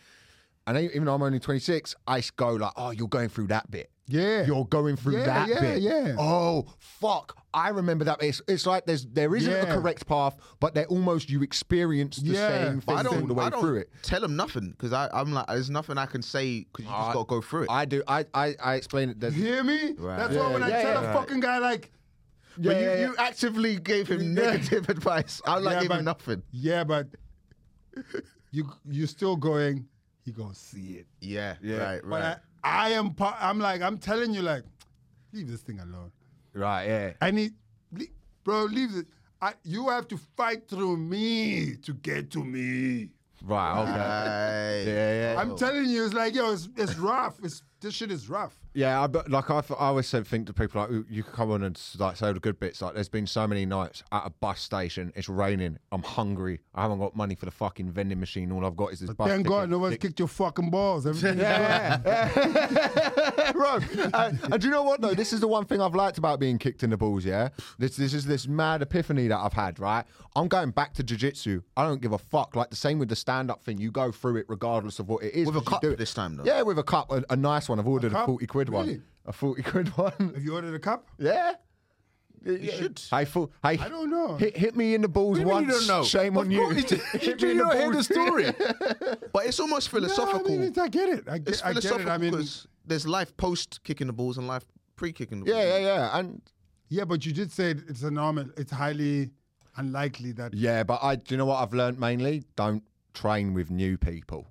S1: and they, even though I'm only 26, I s- go like, oh, you're going through that bit.
S2: Yeah.
S1: You're going through
S2: Yeah,
S1: that
S2: yeah,
S1: bit.
S2: yeah.
S1: Oh fuck! I remember that. It's, it's like there's there isn't
S2: Yeah.
S1: a correct path, but they're almost you experience the
S2: Yeah.
S1: same
S2: But
S1: thing
S3: I
S1: all
S3: don't,
S1: the way
S3: I don't
S1: through it.
S3: tell him nothing because I'm like, there's nothing I can say because you just got to go through it.
S1: I do. I I, I explain it. There's,
S2: You hear me?
S3: Right.
S2: That's
S1: Yeah,
S2: why when I
S1: yeah,
S2: tell
S1: yeah.
S2: a fucking guy like,
S3: but you,
S1: yeah, yeah.
S3: you actively gave him negative advice. I like
S2: Yeah,
S3: gave
S2: but-
S3: him nothing.
S2: yeah, but you you're still going. He gonna see it.
S3: Yeah, right,
S2: But
S3: right.
S2: I, I am. pa- I'm like I'm telling you like, leave this thing alone.
S1: right. Yeah.
S2: I need, le- bro. Leave it. I, you have to fight through me to get to me.
S1: Right. Okay.
S3: Right.
S1: yeah. Yeah.
S2: I'm telling you, it's like yo, it's, it's rough. It's this shit is rough.
S1: Yeah, I, but like I, th- I always said, think to people like you could come on and s- like say the good bits. Like there's been so many nights at a bus station, it's raining, I'm hungry, I haven't got money for the fucking vending machine. All I've got is this. bus
S2: Thank
S1: ticket.
S2: God no one's kicked your fucking balls. Everything.
S1: bro. And, and do you know what though? This is the one thing I've liked about being kicked in the balls. Yeah, this this is this mad epiphany that I've had. Right, I'm going back to jujitsu. I don't give a fuck. Like the same with the stand up thing. You go through it regardless of what it is.
S3: With a
S1: 'cause you
S3: cup
S1: do it.
S3: this time, though.
S1: Yeah, with a cup, a, a nice one. I've ordered a,
S2: cup?
S1: forty quid
S2: Really?
S1: one. A forty quid one.
S2: Have you ordered a cup?
S1: yeah. You
S3: should.
S1: Hey, fool, hey,
S2: I don't know.
S1: Hit, hit me in the balls
S4: What do you mean
S1: once.
S4: you don't know?
S1: Shame
S4: Of
S1: on you.
S4: course,
S1: Hit
S4: do
S1: me in
S4: you not hear the
S1: balls.
S4: story?
S3: But it's almost philosophical.
S2: No, I, mean, it's- I get it. I get,
S3: it's
S2: I get
S3: philosophical
S2: it. I mean,
S3: because there's life post kicking the balls and life pre kicking the balls.
S1: Yeah, yeah, yeah. And
S2: yeah, but you did say it's a normal. It's highly unlikely that.
S1: Yeah, but I do you know what I've learned mainly? Don't train with new people.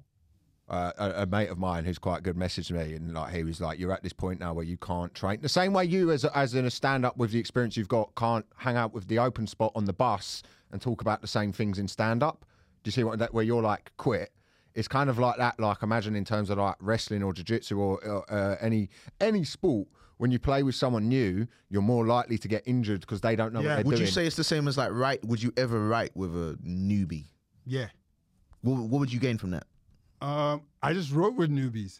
S1: Uh, a, a mate of mine who's quite good messaged me and like he was like, "You're at this point now where you can't train the same way you as a, as in a stand up with the experience you've got can't hang out with the open spot on the bus and talk about the same things in stand up." Do you see what that where you're like quit? It's kind of like that. Like imagine in terms of like wrestling or jiu-jitsu or uh, uh, any any sport. When you play with someone new, you're more likely to get injured because they don't know
S2: Yeah.
S1: what they're
S3: Would
S1: doing.
S3: you say it's the same as like right? Would you ever write with a newbie?
S2: Yeah.
S3: What, what would you gain from that?
S2: Um, I just wrote with newbies.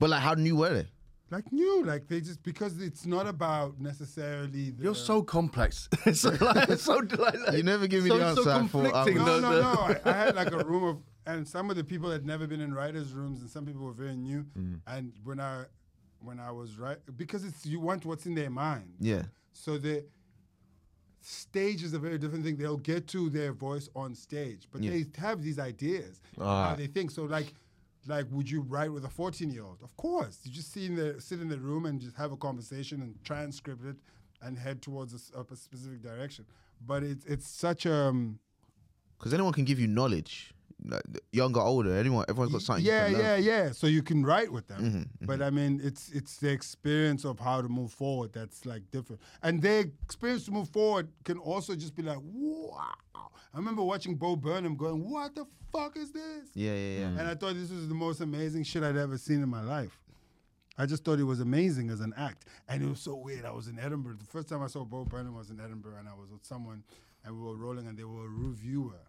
S3: But like, how new were they?
S2: Like new, like they just because it's not about necessarily. The,
S4: You're so complex. it's so, like, it's so like,
S3: You never give me
S4: so,
S3: the answer
S4: So
S3: I thought I
S4: conflicting.
S3: would-
S2: no,
S4: the-
S2: no,
S4: the-
S2: no. I, I had like a room of, and some of the people had never been in writers' rooms, and some people were very new. And when I, when I was right, because it's you want what's in their mind.
S3: Yeah.
S2: So the stage is a very different thing. They'll get to their voice on stage, but they have these ideas how they think. So like, like would you write with a fourteen-year-old? Of course. You just sit in the sit in the room and just have a conversation and transcript it and head towards a s- a, p- specific direction. But it's it's such a um,
S3: Because anyone can give you knowledge, like, younger, older, anyone, everyone's got something.
S2: yeah
S3: you can Mm-hmm, learn
S2: yeah yeah. So you can write with them, but I mean it's it's the experience of how to move forward that's like different, and their experience to move forward can also just be like wow. I remember watching Bo Burnham going, "What the fuck is this?"
S3: Yeah, yeah, yeah.
S2: And I thought this was the most amazing shit I'd ever seen in my life. I just thought it was amazing as an act. And it was so weird. I was in Edinburgh. The first time I saw Bo Burnham was in Edinburgh, and I was with someone, and we were rolling, and they were a reviewer.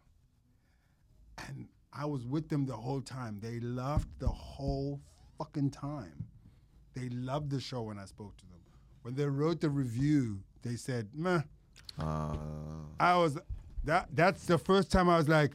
S2: And I was with them the whole time. They laughed the whole fucking time. They loved the show when I spoke to them. When they wrote the review, they said, meh.
S3: Uh,
S1: Mm.
S2: I was that that's the first time I was like,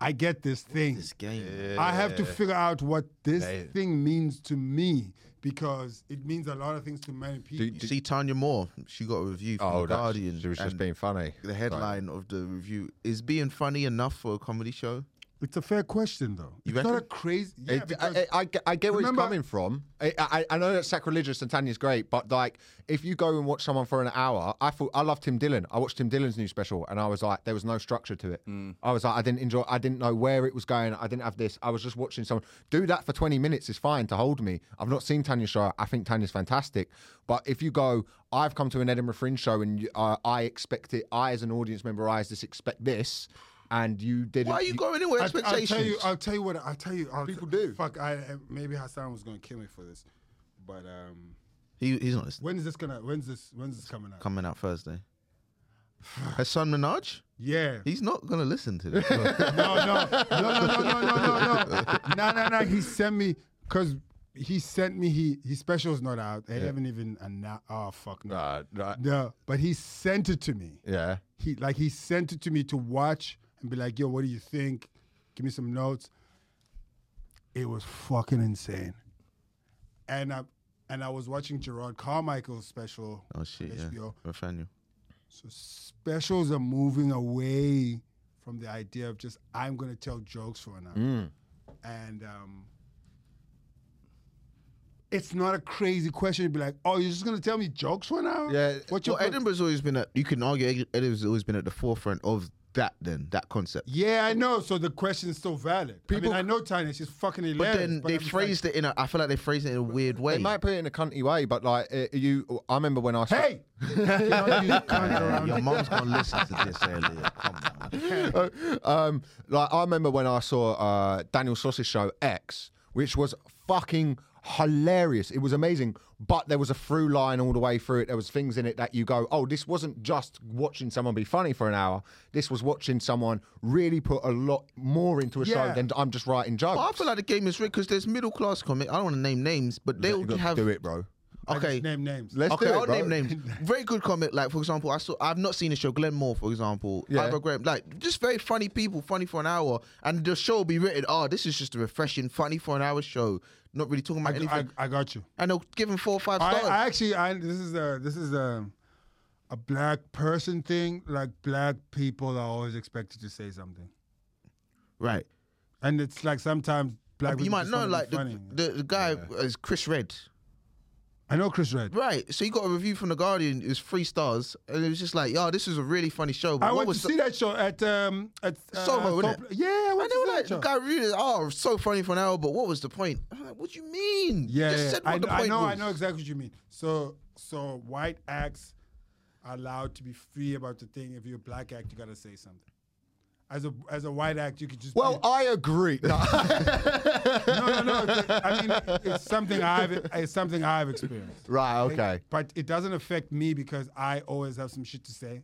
S2: I get this thing.
S3: This game.
S2: I have to figure out what this
S1: They-
S2: thing means to me because it means a lot of things to many people.
S3: You see Tanya Moore, she got a review from
S1: Oh,
S3: the
S1: that's,
S3: Guardian.
S1: she was just
S3: and
S1: being funny.
S3: the headline of the review is being funny enough for a comedy show.
S2: It's a fair question, though.
S3: You
S2: it's not a
S3: reckon?
S2: crazy. Yeah,
S1: It- uh,
S2: because
S1: I, I, I get where he's
S2: Remember-
S1: coming from. I, I, I know that's sacrilegious and Tanya's great, but like, if you go and watch someone for an hour, I thought I loved Tim Dillon. I watched Tim Dillon's new special, and I was like, there was no structure to it.
S3: Mm.
S1: I was like, I didn't enjoy. I didn't know where it was going. I didn't have this. I was just watching someone do that for twenty minutes. Is fine to hold me. I've not seen Tanya's show. I think Tanya's fantastic, but if you go, I've come to an Edinburgh Fringe show, and you, uh, I expect it. I, as an audience member, I as this expect this, and you didn't.
S3: Why are you going
S4: uh,
S3: anywhere?
S2: I, I'll
S3: Expectations.
S2: tell you. I'll tell you what. I'll tell you. I'll
S1: People do.
S2: Fuck. I I- maybe Hassan was gonna kill me for this, but um,
S3: he, he's not listening.
S2: when is this gonna? When's this? When's this coming out?
S3: coming out Thursday. Hassan Minaj,
S2: yeah.
S3: he's not gonna listen to this.
S2: no, no, no, no, no, no, no, no, no, no, no, no. He sent me because he sent me. He his special's not out. They haven't even announced. Oh fuck no.
S1: Right, right.
S2: No, but he sent it to me.
S1: Yeah.
S2: He like he sent it to me to watch and be like, yo, what do you think? Give me some notes. It was fucking insane. And I and I was watching Gerard Carmichael's special.
S3: oh shit,
S2: on
S3: yeah.
S2: HBO.
S3: Nathaniel.
S2: So specials are moving away from the idea of just I'm gonna tell jokes for an hour. And um it's not a crazy question to be like, oh, you're just gonna tell me jokes for an hour?
S1: Yeah.
S2: What
S3: Well,
S2: your
S3: Edinburgh's always been at. You can argue Ed- Edinburgh's always been at the forefront of that. Then that concept.
S2: Yeah, I know. So the question is still valid.
S1: People-
S2: I mean, I know Tiny, she's fucking
S3: But
S2: hilarious.
S3: then they
S2: I'm just
S3: phrased it in a. I feel like they phrased it in a weird way.
S1: They might put it in a cunty way, but like uh, you, I remember when I
S2: like, hey, You know, you cunt
S3: Uh,
S2: around.
S3: your mom's gonna listen to this earlier. Come on.
S1: um, like I remember when I saw uh, Daniel Sauce's show X, which was fucking hilarious. It was amazing, but there was a through line all the way through it. There was things in it that you go, "Oh, this wasn't just watching someone be funny for an hour. This was watching someone really put a lot more into a
S2: Yeah.
S1: show than I'm just writing jokes."
S3: But I feel like the game is rigged because there's middle class comic. I don't want to name names, but they
S1: you
S3: all
S1: got
S3: have.
S1: do it, bro.
S2: I just
S3: Okay.
S2: Name names.
S1: Let's
S3: okay,
S1: do it,
S3: I'll
S1: bro.
S3: name names. Very good comic. Like for example, I saw. I've not seen the show. Glenn Moore, for example.
S1: Yeah.
S3: Ivor Graham. Like just very funny people, funny for an hour, and the show will be written. Oh, this is just a refreshing, funny for an hour show. Not really talking about
S2: I,
S3: anything.
S2: I- I got you.
S3: and they'll give him four or five
S2: I,
S3: stars.
S2: I actually, I, this is a this is a a black person thing. Like black people are always expected to say something,
S3: right.
S2: and it's like sometimes black.
S3: you
S2: people
S3: might
S2: just
S3: know,
S2: wanna be
S3: like the,
S2: funny.
S3: the, the guy is Chris Red.
S2: I know Chris Red.
S3: Right. So you got a review from the Guardian. It was three stars, and it was just like, yo, this is a really funny show. But
S2: I went
S3: what
S2: to
S3: was the-
S2: see that show at um at uh,
S3: Soho, innit?
S2: Soho- Yeah, I
S3: I
S2: went
S3: know,
S2: to
S3: like
S2: see
S3: the
S2: that show.
S3: guy really. Oh, so funny for an hour, but what was the point? I'm like, what do you mean? You
S2: Yeah,
S3: just
S2: yeah,
S3: said what
S2: I,
S3: the
S2: I
S3: point
S2: know, I
S3: was.
S2: know exactly what you mean. So so white acts are allowed to be free about the thing. If you're a black act, you gotta say something. As a as a white act, you could just be-
S1: Well, I agree.
S2: no, no, no. it's- I mean, it's something I've it's something I've experienced.
S1: right. Okay.
S2: But it doesn't affect me because I always have some shit to say.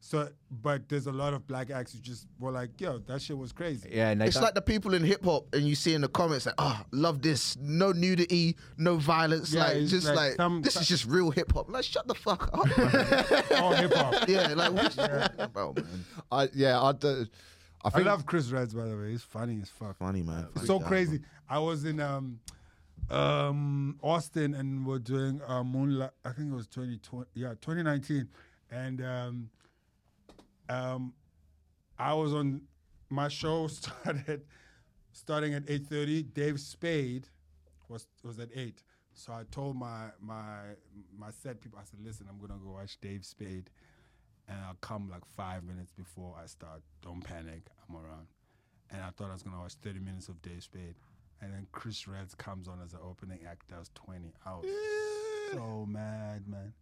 S2: So, but there's a lot of black acts who just were like, "Yo, that shit was crazy."
S1: Yeah. And they
S3: It's
S1: don't-
S3: like the people in hip hop, and you see in the comments like, "Oh, love this, no nudity, no violence,
S2: Yeah,
S3: like
S2: it's
S3: just like,
S2: like some-
S3: this is just real hip hop." Like, shut the fuck up. man.
S2: All hip hop.
S3: yeah, like what you talking about, man?
S1: I, yeah. I, do- I
S2: I
S1: think
S2: love Chris Reds, by the way. He's funny as fuck.
S3: Funny man, funny
S2: so
S3: guy,
S2: crazy. I was in um, um, Austin and we're doing uh, Moonlight. I think it was 2020. Yeah, 2019. And um, um, I was on my show started starting at 8:30. Dave Spade was was at eight. So I told my my my set people. I said, "Listen, I'm gonna go watch Dave Spade, and I'll come like five minutes before I start. Don't panic. I'm around." And I thought I was gonna watch 30 minutes of Dave Spade, and then Chris Reds comes on as an opening act. That was 20 hours. so mad, man.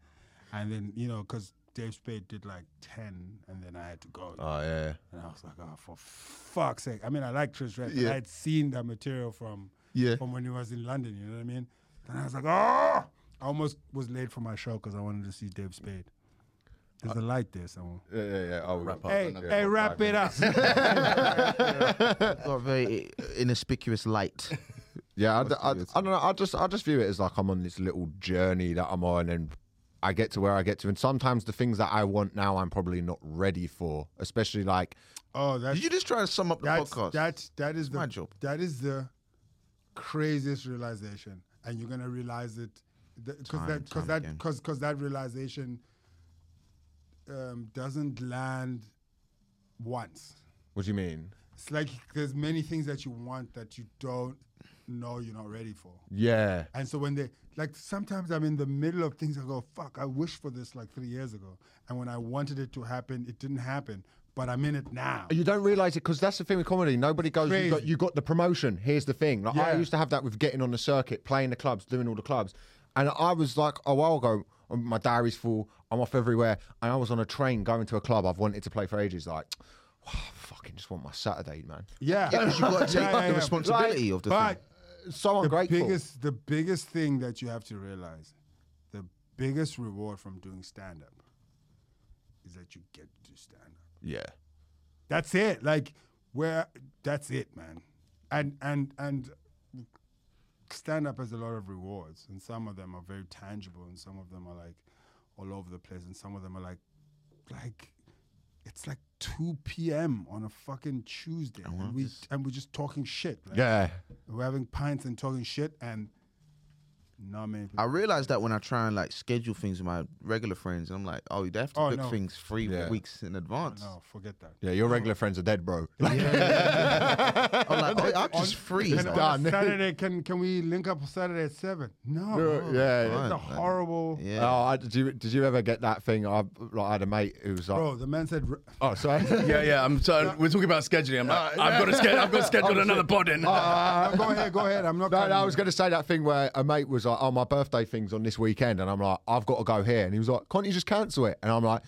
S2: And then you know, cause Dave Spade did like 10, and then I had to go.
S1: Oh yeah.
S2: And I was like, oh, for fuck's sake. I mean, I like Trish Red. but I had seen that material from
S3: Yeah.
S2: from when he was in London, you know what I mean? And I was like, oh! I almost was late for my show because I wanted to see Dave Spade. There's a light there somewhere.
S1: Yeah, yeah, yeah. Oh,
S4: Wrap up.
S2: Hey,
S4: another
S2: hey,
S4: one.
S2: wrap it up.
S3: man. Got a very inconspicuous light.
S1: Yeah, I, I, I don't know. I just I just view it as like I'm on this little journey that I'm on, and I get to where I get to, and sometimes the things that I want now, I'm probably not ready for. Especially like,
S2: Oh, that's
S3: Did you just try to sum up the
S2: that's
S3: podcast?
S2: that that is the
S3: my job.
S2: that is the craziest realization, and you're gonna realize it because
S3: Time
S2: that
S3: and
S2: because
S3: time
S2: that
S3: again.
S2: because because that realization um, doesn't land once.
S1: what do you mean?
S2: It's like there's many things that you want that you don't know you're not ready for.
S1: Yeah,
S2: And so when they like sometimes I'm in the middle of things I go, fuck, I wish for this like three years ago. And when I wanted it to happen, it didn't happen. But I'm in it now.
S1: You don't realize it because that's the thing with comedy. Nobody goes, you got,
S2: Crazy.
S1: you got the promotion. Here's the thing. Like, I
S2: Yeah.
S1: used to have that with getting on the circuit, playing the clubs, doing all the clubs. And I was like, a while ago, oh, my diary's full. I'm off everywhere. And I was on a train going to a club I've wanted to play for ages. Like, "Oh, fucking just want my Saturday, man.
S2: Yeah.
S3: yeah, because you got to take
S2: Yeah, yeah,
S3: the
S2: yeah.
S3: responsibility of the
S2: But
S3: thing.
S1: So
S2: the
S1: ungrateful.
S2: biggest the biggest thing that you have to realize, the biggest reward from doing stand up is that you get to do stand up.
S1: yeah.
S2: that's it like where that's it man and and and stand up has a lot of rewards and some of them are very tangible and some of them are like all over the place and some of them are like like it's like 2 p.m. on a fucking Tuesday and we and we're just talking shit like,
S1: Yeah.
S2: we're having pints and talking shit and not many people
S3: I realized that when I try and like schedule things with my regular friends, I'm like, oh, they have to
S2: Oh,
S3: book
S2: no.
S3: things three
S1: Yeah.
S3: weeks in advance.
S2: no forget that
S1: Yeah,
S3: Oh.
S1: your regular friends are dead, bro.
S3: I'm like, oh, I'm just free.
S2: Can-
S3: Like,
S1: done.
S2: Saturday can can we link up Saturday at 7 no
S1: Yeah, yeah,
S2: it's
S1: yeah.
S2: a horrible
S3: Yeah.
S1: Oh, I, did you did you ever get that thing? I, like, I had a mate who was like,
S2: Bro, the man said, r-
S1: oh, sorry.
S4: Yeah, yeah. I'm sorry. We're talking about scheduling. I'm
S3: Uh,
S4: like, I've got to schedule. I've got to schedule another pod in.
S2: No, "Go ahead, go ahead." I'm not.
S1: Ah. No,
S2: cutting
S1: no, I was
S2: you.
S1: going to say that thing where a mate was like, "Oh, my birthday thing's on this weekend," and I'm like, "I've got to go here," and he was like, "Can't you just cancel it?" And I'm like,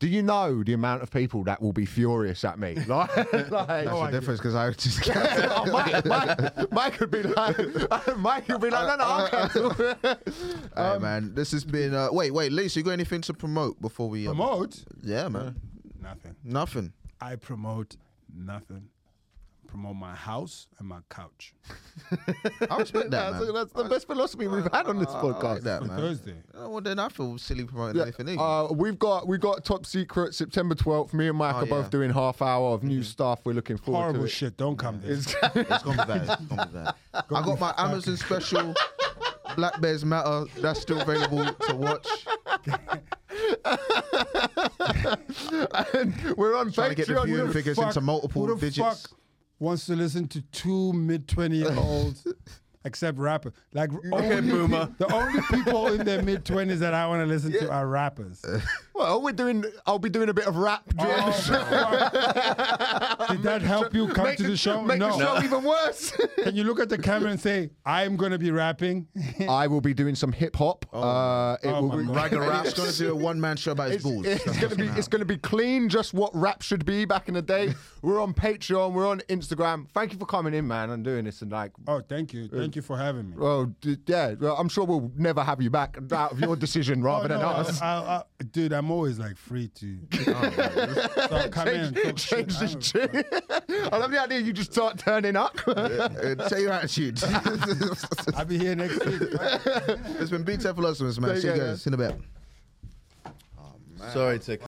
S1: "Do you know the amount of people that will be furious at me?" Like, oh, like
S2: No
S3: the
S2: idea.
S3: difference because I just
S1: oh, Mike, Mike, Mike would be like, Mike would be like, "No, no, I'll cancel."
S3: Hey man, this has been. Uh, wait, wait, Lisa, you got anything to promote before we uh,
S2: promote
S3: Yeah, man,
S2: nothing.
S3: nothing.
S2: I promote nothing. Promote my house and my couch.
S3: I respect that,
S1: that's,
S3: man. Ah,
S1: that's the best philosophy we've had on this
S3: I like
S1: podcast.
S3: that, man.
S2: Thursday.
S3: Oh, well, then I feel silly promoting anything. either.
S1: Uh, we've got we got top secret September 12th. Me and Mike
S3: Oh,
S1: are both
S3: yeah.
S1: doing half hour of new stuff. We're looking forward to
S2: Mm-hmm. Horrible
S1: it.
S2: shit. Don't come there.
S3: It's gonna be bad. It's gonna be bad. I got my Amazon special, Black Bears Matter. That's still available to watch.
S1: And we're on
S3: Trying to get the
S1: Patreon.
S3: viewing
S1: We're
S3: figures
S2: Fuck,
S3: into multiple
S2: who the
S3: digits.
S2: Fuck wants to listen to two mid twenty year olds, except rapper. Like only pe-
S4: boomer.
S2: the only people in their mid twenties that I want to listen to are rappers.
S1: Well, we're doing. I'll be doing a bit of rap during
S2: Oh,
S1: the show.
S2: fuck. Did that help you come
S1: Make
S2: to the show?
S1: Make the
S2: no.
S1: show even worse.
S2: Can you look at the camera and say, "I'm gonna be rapping"?
S1: I will be doing some hip hop. uh, it
S2: Oh
S1: will
S2: my
S1: be
S2: God.
S3: Ragga Rap's gonna do a one man show about
S1: It's,
S3: his balls.
S1: it's gonna be it's gonna be clean, just what rap should be back in the day. We're on Patreon, we're on Instagram. Thank you for coming in, man, and doing this and like,
S2: Oh, thank you, thank you for having me.
S1: well, d- yeah, well, I'm sure we'll never have you back out of your decision rather
S2: Oh,
S1: than
S2: no,
S1: us.
S2: I- I- I- dude, I'm always like free to so I'll come in. and talk shit.
S1: Change
S2: I
S1: the
S2: don't-
S1: tune. I love the idea you just start turning up.
S3: Uh, Tell your attitude.
S2: I'll be here next week.
S3: it's been Big Tech Philosophers, man. See you
S1: Yeah, yeah.
S3: guys in a bit.
S4: Sorry to cut